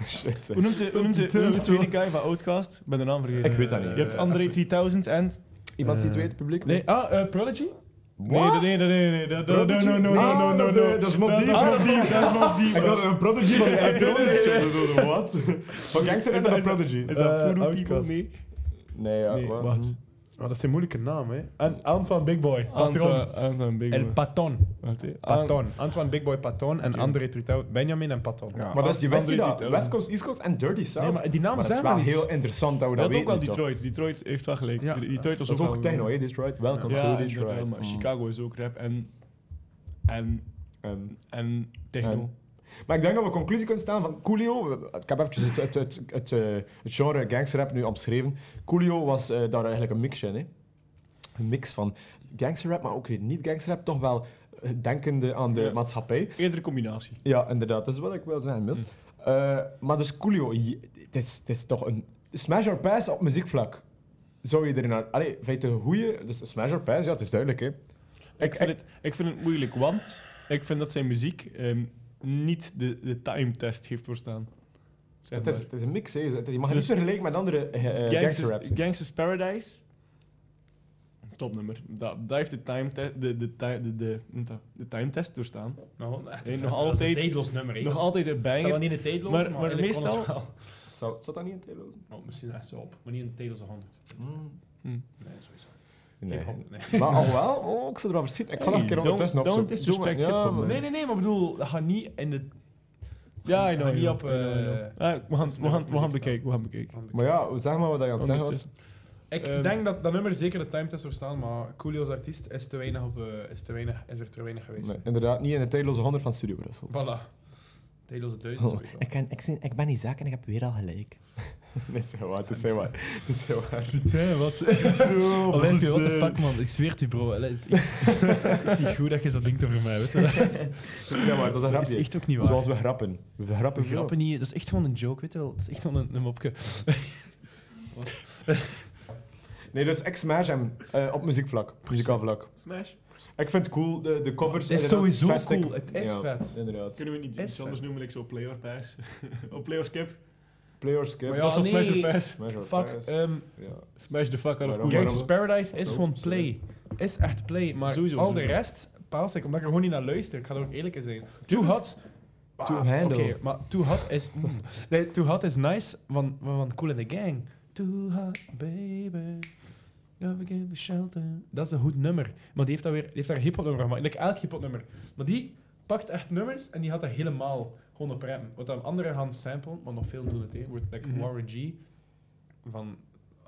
S2: Shit, zeg.
S3: Hoe noemt de, hoe noemt de, hoe noemt de tweede guy van Outcast? Ik ben de naam vergeten.
S2: Ik weet dat niet.
S3: Je hebt André 3000 en...
S2: Iemand die het
S1: Eh,
S2: weet, publiek?
S1: Nee, ah, eh, Prodigy?
S3: Nee,
S2: What?
S3: nee, nee, nee, nee, dat- dat-
S2: Prodigy?
S3: no, no, no,
S2: Ah,
S3: no, no,
S2: dat is,
S3: no.
S2: eh, dat is Mobb Deep.
S3: Dat is Mobb Deep, dat is Mobb Deep.
S2: Ik dacht een prodigy van de elektronische shit. Wat? Van Gangster is dat een prodigy.
S3: Is dat
S2: Eh,
S3: Voodoo People?
S2: Outkast.
S3: Nee.
S2: Nee, ja.
S3: Nee,
S2: wat?
S3: wacht.
S1: Oh, dat is een moeilijke naam, hè. En Antoine Big Boy, Patron.
S3: Antoine, Antoine Ah, Big
S1: El
S3: Man.
S1: Paton.
S3: Wacht, eh. hè.
S1: Paton. Antoine Big Boy Paton en André Tritau. Benjamin en Paton.
S3: Ja.
S2: Maar dat is die West,
S3: Andere
S2: dat,
S3: titels.
S2: West Coast, East Coast en Dirty South.
S1: Nee, maar die namen
S2: Maar dat is
S1: zijn
S2: wel
S1: wel iets.
S2: heel interessant dat we dat
S3: Dat
S2: weten.
S3: ook wel
S2: nu toch?
S3: Detroit. Detroit heeft wel gelijk.
S1: Ja.
S3: Detroit
S2: Dat
S3: was
S2: is
S3: ook
S2: ook
S3: wel-
S2: techno, hè? Detroit. Welcome
S3: Ja,
S2: to
S3: inderdaad,
S2: Detroit.
S3: maar
S2: Mm.
S3: Chicago is ook rap en, en,
S2: En-
S3: en techno.
S2: En- Maar ik denk dat we een conclusie kunnen staan van Coolio. Ik heb eventjes het, het, het, het, eh, het genre gangsterrap nu omschreven. Coolio was eh, daar eigenlijk een mix in. Hè? Een mix van gangsterrap, maar ook weer niet gangsterrap. Toch wel eh, denkende aan de
S3: Ja.
S2: maatschappij.
S3: Eerdere combinatie.
S2: Ja, inderdaad. Dat is wat ik wil zeggen, Mil.
S3: Hm.
S2: Eh, maar dus Coolio, je- het is, het is toch een smash or pass op muziekvlak. Zou je erin naar... Allee, vind je het een goeie... Dus een smash or pass, ja, het is duidelijk, hè.
S3: Ik vind, het, ik vind het moeilijk, want ik vind dat zijn muziek ehm, niet de, de time-test heeft doorstaan. Zeg
S2: Het is,
S3: maar.
S2: het is een mix, hè. Het is- Je mag
S3: Dus-
S2: niet vergelijken met andere eh, eh, gangsterraps.
S3: Gangsters, Gangsters Paradise. Topnummer. Dat, dat heeft de time-test de, de, ti- de, de, noemt dat? de time-test doorstaan.
S1: Nou, echt
S3: Nee,
S1: een-
S3: nog
S1: dat is
S3: altijd-
S1: Een tijdloos nummer, hè.
S3: Nog
S1: Dat
S3: altijd een
S1: is- staat wel
S3: banger.
S1: niet in de tijdloos,
S3: Maar-
S1: maar,
S3: maar
S1: eigenlijk kon het
S3: meestal-
S1: wel.
S2: Zou, zat dat niet in Taylor?
S1: Oh, misschien echt zo op, maar niet in de tijdloos 100.
S3: Mm.
S1: Nee, sowieso.
S2: Hm? Nee.
S1: Hip-hop, nee.
S2: Maar alhoewel, oh, ik zou er wel verschieten. Ik ga nog een keer
S3: Hey,
S2: ondertussen
S3: don't-
S2: opzoeken.
S3: don't disrespect
S2: Doe maar-
S3: hip-hop, man.
S1: Nee, nee, nee, maar bedoel, dat gaat niet in de...
S3: Ja, I
S1: Ga
S3: know.
S1: niet
S3: I know,
S1: op, eh,
S3: I know, I know. Ah, we gaan, we gaan, we gaan bekijken. We gaan bekijken.
S2: Maar ja, zeg maar wat je aan
S3: Oh,
S2: het zeggen was.
S1: Ik
S3: Ehm,
S1: denk dat dat nummer zeker de timetest zou staan, maar Coolio als artiest is, te weinig op, eh, is, te weinig, is er te weinig geweest.
S2: Nee, inderdaad, niet in de tijdloze 100 van Studio Brussel.
S1: Voilà. Tijdloze
S2: Oh.
S1: duizend sowieso.
S7: kan, ik, zin- ik ben Isaac en ik heb weer al gelijk.
S2: Nee, zeg maar, het is heel waar. Het is heel waar.
S8: Putain, wat?
S2: Oh, Zo,
S8: Alessio, what the fuck, man. Ik zweer het u, bro. Het is, echt- dat is echt niet goed dat je zo denkt over mij. Weet je? Dat is-
S2: Het is heel waar, het was een
S8: Dat is
S2: grapje.
S8: echt ook niet waar.
S2: Zoals we grappen. We grappen veel.
S8: grappen niet. Dat is echt gewoon een joke, weet je wel. Dat is echt gewoon een, een mopje.
S2: Nee, dus ik smash hem eh, op muziekvlak. Muzikaal vlak.
S3: Smash.
S2: Ik vind het cool, de, de covers.
S1: Het is
S2: inderdaad,
S1: sowieso
S2: vestig.
S1: cool, het is
S2: Ja,
S1: vet.
S2: Inderdaad.
S3: Kunnen we niet
S1: Is
S3: iets anders
S1: vet.
S3: noemen, like zo play or pass? of play or skip?
S2: Players, skip.
S1: Maar ja,
S3: Dat is wel
S1: nee.
S3: smash or pass.
S2: Smash or
S1: Fuck,
S2: pass.
S1: ehm
S2: Ja.
S3: Smash the fuck out of
S2: Waarom?
S3: Coolio.
S1: Gangsters Paradise is
S2: Oh,
S1: gewoon
S2: sorry.
S1: play. Is echt play, maar
S3: Sowieso,
S1: al de
S3: sowieso.
S1: rest paas ik, omdat ik er gewoon niet naar luister. Ik ga er ook eerlijk in zijn. Too Hot... bah,
S2: Too Handle.
S1: Oké, maar Too Hot is... mm. Nee, Too Hot is nice van, van, van Cool in the Gang. Too Hot, baby. Never give a shelter. Dat is een goed nummer. Maar die heeft daar weer die heeft daar een hip-hop nummer gemaakt. Like elk hip-hop nummer. Maar die pakt echt nummers en die gaat dat helemaal gewoon op rappen. Wat dan anderen gaan samplen, maar nog veel doen het tegenwoordig. Like
S3: Mhm.
S1: Warren G van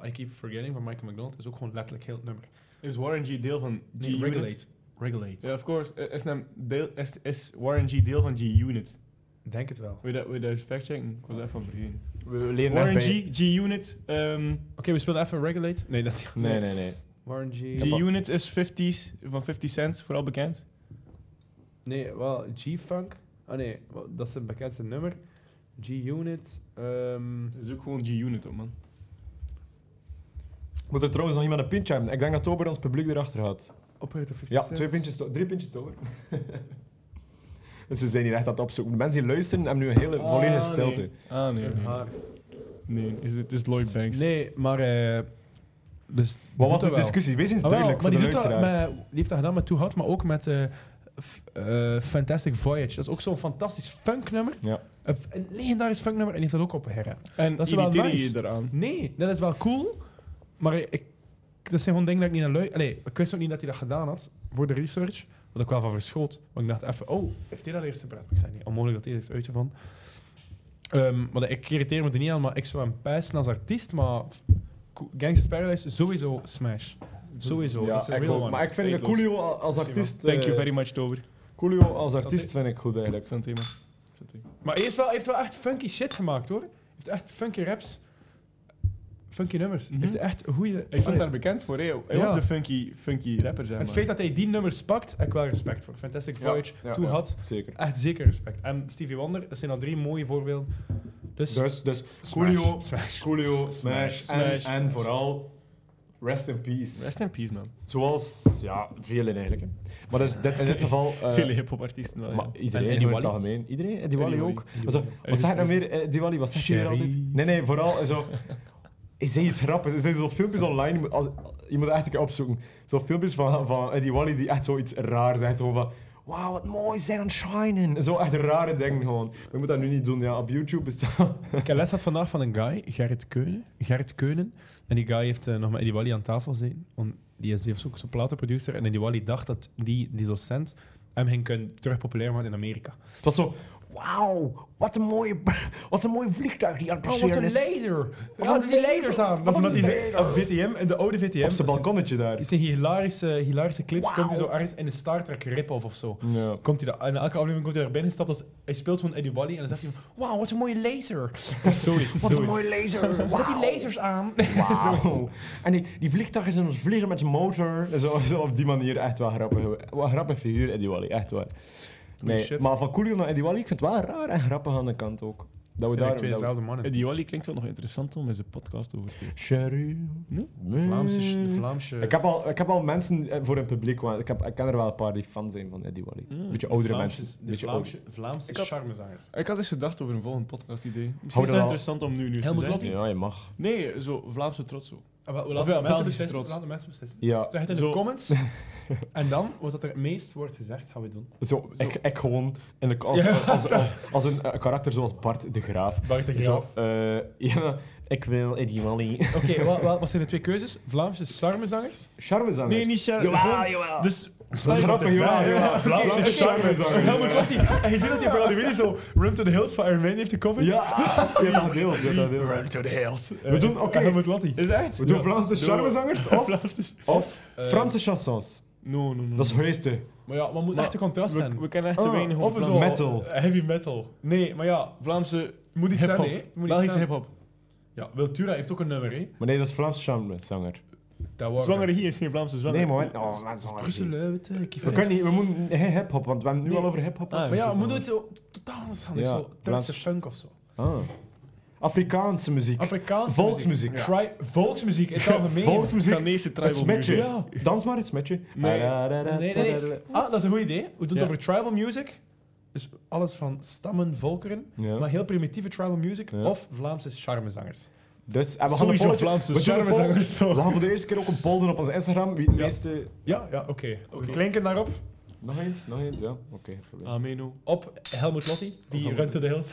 S1: I Keep Forgetting van Michael McDonald is ook gewoon letterlijk heel het nummer.
S3: Is Warren G deel van
S1: Nee,
S3: G-Unit?
S1: regulate. Regulate.
S3: Ja, of course. Eh, Is, hem deel, is, is Warren G deel van G-Unit?
S1: Denk het wel. Oké,
S3: Wil je dat- wil je dat eens factchecken? Ik was even van vergeten.
S2: We leren
S3: Warren
S2: erbij.
S3: G, G-Unit. ehm,
S1: we spelen even Regulate. Nee, dat is niet.
S2: Nee, nee, nee.
S1: Warren G.
S3: G-Unit is 50, van 50 Cent, vooral bekend.
S1: Nee, wel G-Funk. Oh nee, wel, dat is het bekendste nummer. G-Unit. ehm,
S3: Dat is ook gewoon G-Unit, op, man.
S2: Moet er trouwens nog iemand een pintje hebben? Ik denk dat Tober ons publiek erachter had.
S1: Operator 50
S2: Ja,
S1: Cent.
S2: twee pintjes, to- drie pintjes Tober. dus ze zijn hier echt aan het opzoeken. De mensen die luisteren hebben nu een hele volledige stilte.
S3: Nee. Ah, nee, nee.
S1: Haar.
S3: Nee, is het is Lloyd Banks.
S1: Nee, maar. eh, dus
S2: Wat was
S1: doet
S2: de
S1: dat wel.
S2: discussie? Wees eens
S1: Ah, wel,
S2: duidelijk
S1: maar
S2: voor
S1: die,
S2: de
S1: doet dat
S2: luisteraar.
S1: met, die heeft dat gedaan met Too Hot, maar ook met eh, f- eh, Fantastic Voyage. Dat is ook zo'n fantastisch funknummer.
S2: Ja.
S1: Een, een legendarisch funknummer en die heeft dat ook op herren.
S3: En
S1: dat
S3: dat
S1: is wel
S3: irriteer je
S1: nice.
S3: je eraan?
S1: Nee, dat is wel cool. Maar ik, ik- dat zijn gewoon dingen dat ik niet naar luister. Nee, ik wist ook niet dat hij dat gedaan had voor de research. Wat ik wel van verschoot. Want ik dacht even, oh, heeft hij dat eerst gepraat? Maar Ik zei niet, onmogelijk dat hij heeft uitgevonden. Ehm maar dat- ik irriteer me er niet aan, maar ik zou hem pijsten als artiest. Maar Co- Gangsta's Paradise, sowieso smash. Sowieso, dat is
S2: Ja,
S1: een
S2: ik
S1: real
S2: ook.
S1: one.
S2: Maar ik vind de
S3: Tijdloos.
S2: Coolio al- als artiest...
S3: Thank you
S2: eh,
S3: very much, Tober.
S2: Coolio als artiest vind ik goed eigenlijk.
S3: Zo'n thema. Zo'n thema.
S1: Maar hij is wel, heeft wel echt funky shit gemaakt hoor. Heeft echt funky raps. Funky nummers.
S3: Mhm.
S1: Heeft echt goede.
S3: Hij stond daar bekend voor, hè. Hij
S1: Ja.
S3: was de funky, funky rapper, zeg maar.
S1: Het feit dat hij die nummers pakt, heb ik wel respect voor. Fantastic Voyage,
S2: Ja, ja,
S1: Too
S2: ja,
S1: Hot,
S2: Zeker.
S1: echt zeker respect. En Stevie Wonder, dat zijn al drie mooie voorbeelden. Dus,
S2: Dus, dus
S1: smash,
S2: Coolio,
S1: Smash.
S2: Coolio, Smash, En,
S3: Smash.
S2: en vooral Rest in Peace.
S3: Rest in peace, man.
S2: Zoals, ja, velen eigenlijk. hè. Maar dus dit, in dit geval... eh,
S3: Vele hip-hop artiesten wel.
S2: maar
S3: ja.
S2: iedereen
S1: En Eddie
S2: gewoon in het
S1: Wally.
S2: algemeen. Iedereen? Eddie Wally
S3: Eddie
S2: ook?
S3: Wally, Eddie
S2: Also,
S3: Wally.
S2: Eh, wat zeg je nou meer? Eddie Wally, wat zeg je weer
S8: Sherry.
S2: altijd? Nee, nee, vooral zo... is dat iets grappigs? Er zijn zo'n filmpjes online, je moet, als, je moet echt een keer opzoeken. Zo'n filmpjes van, van Eddie Wally die echt zoiets raar zegt. Gewoon van, wauw, wat mooi zijn aan shinen. Zo echt rare dingen gewoon. Maar je moet dat nu niet doen, ja. Op YouTube is dat...
S1: Ik heb les gehad vandaag van een guy, Gerrit Keunen. Gerrit Keunen. En die guy heeft eh, nog met Eddie Wally aan tafel gezeten. Want die is die was ook zo'n platenproducer. En Eddie Wally dacht dat die, die docent hem ging kunnen terug populair maken in Amerika.
S2: Het was zo... Wauw, wat een, mooie, wat een mooi vliegtuig die aan het passeren is.
S1: laser!
S2: Wat hadden die lasers aan?
S1: Dat is
S2: Wat
S1: omdat
S2: een
S1: die een VTM, en de oude VTM.
S2: Op zijn balkonnetje daar.
S1: Is een hilarische, hilarische clips.
S2: Wauw.
S1: Komt hij zo ergens in een Star Trek rip-off of zo.
S2: Ja.
S1: Komt hij daar, in elke aflevering komt hij daar binnen gestapt. Als, hij speelt zo'n Eddie Wally en dan zegt hij: Wauw, wat een mooie laser! Of zoiets.
S2: Wat een
S1: zoiets.
S2: mooie laser. Wauw.
S1: aan.
S2: Wauw. En die, die vliegtuig is een vlieger met zijn motor. En Zo, zo op die manier echt wel grappig. Wat een grappig figuur, Eddie Wally. Echt waar. Nee,
S1: shit.
S2: maar van Coolio naar Eddie Wally, ik vind het wel raar en grappig aan de kant ook. Dat we
S1: zijn
S2: daar...
S1: twee
S2: dat we-
S1: dezelfde mannen.
S3: Die Wally klinkt wel nog interessant om eens een podcast over te
S2: Cheru.
S3: Nee?
S1: Vlaamse, de
S2: Hmm.
S1: Vlaamse.
S2: Ik heb, al, ik heb al mensen eh, voor een publiek, want ik, heb, ik ken er wel een paar die fan zijn van Eddie Wally.
S3: Mm,
S2: beetje oudere
S1: Vlaamse,
S2: mensen.
S1: De
S2: beetje ouder.
S1: Vlaamse, Vlaamse
S3: Ik had-
S1: charmezangers.
S3: Ik had eens gedacht over een volgend podcast-idee.
S2: Hou
S3: Misschien is
S2: er
S3: het
S2: wel-
S3: interessant om nu nu te
S1: Helmut
S3: zijn.
S1: Lotti?
S2: Ja, je mag.
S3: Nee, zo Vlaamse trots zo.
S2: Ah,
S1: We
S3: laten
S1: laten,
S3: mensen
S1: mensen
S3: beslissen.
S1: beslissen,
S3: We laten
S2: Ja,
S1: Zeg het in
S3: Zo.
S1: de comments. en dan, wat dat er het meest wordt gezegd, gaan we doen.
S2: zo, Ik, ik gewoon in de, als, als, als, als, een eh, karakter zoals Bart de Graaf.
S1: Bart de
S2: Zo,
S1: Graaf.
S2: eh, ja, ik wil Eddie Wally.
S1: Oké, wa- wa- wat zijn de twee keuzes? Vlaamse charmezangers?
S2: Charmezangers.
S3: Nee, niet Sharon. Gewoon- Dus
S2: Dat is grappig, ja. ja.
S1: Vlaamse
S2: Vlaamse
S1: Helmut
S2: charmezangers.
S1: Lotti. En je ziet dat hij bij Aldi Willy zo Run to the Hills van Iron Man heeft gecoverd.
S2: Ja, je hebt dat gedeeld, je hebt dat gedeeld.
S1: Run to the Hills.
S2: We doen, oké,
S1: Helmut Lotti.
S3: is het echt?
S2: we doen
S3: Ja.
S2: Vlaamse
S3: Doe-
S2: charmezangers of,
S3: Vlaamse-
S2: of
S1: Eh,
S2: Franse chansons.
S3: No, no, no.
S2: Dat is heeste.
S1: Maar ja, wat moet
S3: Maar
S1: echt een contrast
S3: we,
S1: zijn?
S3: we kennen echt te
S2: Ah,
S3: weinig
S1: Of
S3: over
S1: zo.
S3: Vlaamse-
S2: Metal.
S1: Heavy metal. Nee, maar ja,
S3: Vlaamse
S1: moet iets zijn,
S3: hip-hop.
S1: hè? Moet iets
S3: Belgische
S1: zijn.
S3: hip-hop.
S1: Ja, Wiltura heeft ook een nummer, hè?
S2: Maar nee, dat is Vlaamse charmezanger.
S1: Dat waren-
S3: Zwangere hier is geen Vlaamse zwanger.
S2: Nee, man. Oh, man, zo
S1: Brussel,
S2: hard.
S1: eh, weet je, ik-
S2: we kunnen niet, we moeten hey, hip-hop, want we hebben het nu al over hip-hop.
S3: Ah,
S1: Maar ja, we moeten het zo totaal anders gaan.
S2: Ja,
S1: zo Turkse
S2: Vlaams-
S1: funk of zo.
S2: Ah. Afrikaanse muziek.
S1: Afrikaanse
S2: Volksmuziek.
S1: muziek. Tri- volksmuziek in het algemeen.
S2: Volksmuziek.
S3: Ghanese tribal
S2: Het smetje.
S3: music.
S2: Ja. Dans maar het smetje.
S3: Nee.
S2: Ah, da, da, da,
S1: Nee, nee, nee.
S2: da, da,
S1: Ah, dat is een goed idee. We doen
S3: Ja.
S1: het over tribal music. Dus alles van stammen, volkeren.
S2: da. Ja.
S1: Maar heel primitieve tribal music.
S2: Ja.
S1: Of Vlaamse charmezangers.
S2: Dus, en we gaan een
S3: Sowieso
S2: polletje-
S3: Vlaamse
S2: we doen een poll-
S3: charmezangers, toch?
S2: We gaan voor de eerste keer ook een poll doen op ons Instagram. Wie het
S1: Ja.
S2: meeste...
S1: Ja, ja, oké.
S3: Oké.
S1: We klinken daarop.
S2: Nog eens, nog eens, ja. Oké, geen probleem.
S3: Ameno.
S1: Op Helmut Lotti, die
S2: Helmut
S1: Run to the Hills.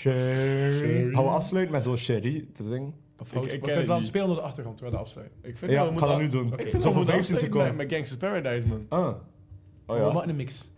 S2: Sherry. Gaan we afsluiten met zo'n sherry te zingen?
S1: of hout.
S3: Ik-
S1: We
S3: ik ken
S1: kunnen
S3: het
S1: dan
S3: niet.
S1: spelen door de achtergrond, terwijl we afsluiten.
S3: Ik vind
S2: Ja,
S3: wel,
S2: ik
S3: we
S2: ga dat nu
S3: moeten
S2: doen.
S1: Oké. Ik
S3: af-
S2: Zo
S3: we
S2: voor
S3: moeten
S2: 15
S3: afsluiten
S2: seconden.
S3: met- Met Gangsters Paradise, man.
S2: Ah. Oh
S1: We
S2: ja.
S1: maken een mix.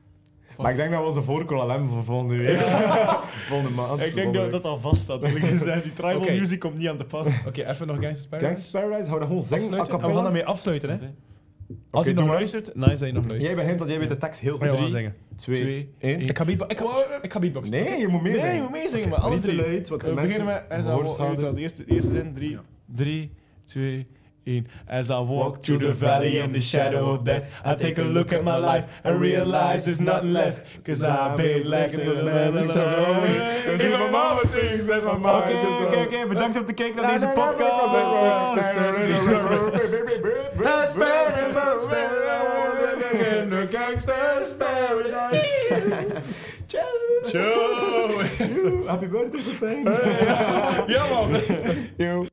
S2: Maar ik denk dat we onze voorkol hebben voor volgende week. volgende maand.
S3: Ik denk dat dat al vast staat. eerlijk gezegd. Die tribal
S1: Oké.
S3: music komt niet aan de pas.
S1: Oké, even nog Gangsters
S2: Gangsters
S1: Paradise.
S2: Paradise, hou dat gewoon zingen.
S1: Afsluiten. En we gaan daarmee afsluiten, hè.
S2: Oké,
S1: Als je
S2: doe
S1: nog
S2: maar.
S1: luistert, nice dat je nog luistert.
S2: Jij begint, want jij weet de tekst heel
S1: Maar
S2: goed.
S1: Oh ja, we gaan
S2: 3,
S1: zingen.
S2: 2, 1.
S1: Ik ga beatbo- ik ga- ik ga beatboxen.
S2: Nee, je moet meezingen.
S3: Nee, je moet meezingen, maar alle
S2: niet te
S3: drie.
S2: luid, want de
S3: We
S2: mensen
S3: beginnen met As I
S2: horen
S3: Walk.
S2: schade.
S3: u doet De eerste, de eerste zin. 3, 3, 2, 1. As I walk through the valley in the shadow of death, I take a look at my life and realize there's nothing left. Cause I've been lacking in the last
S2: Dus in mijn mama zingen, zeg maar. maar.
S3: Oké,
S2: Dus, eh,
S3: oké, oké, bedankt om te kijken naar deze
S2: That's paradise.
S3: podcast. Gangsters Paradise. Ciao.
S2: Happy birthday, Pepijn.
S3: Ja man.
S2: Yo.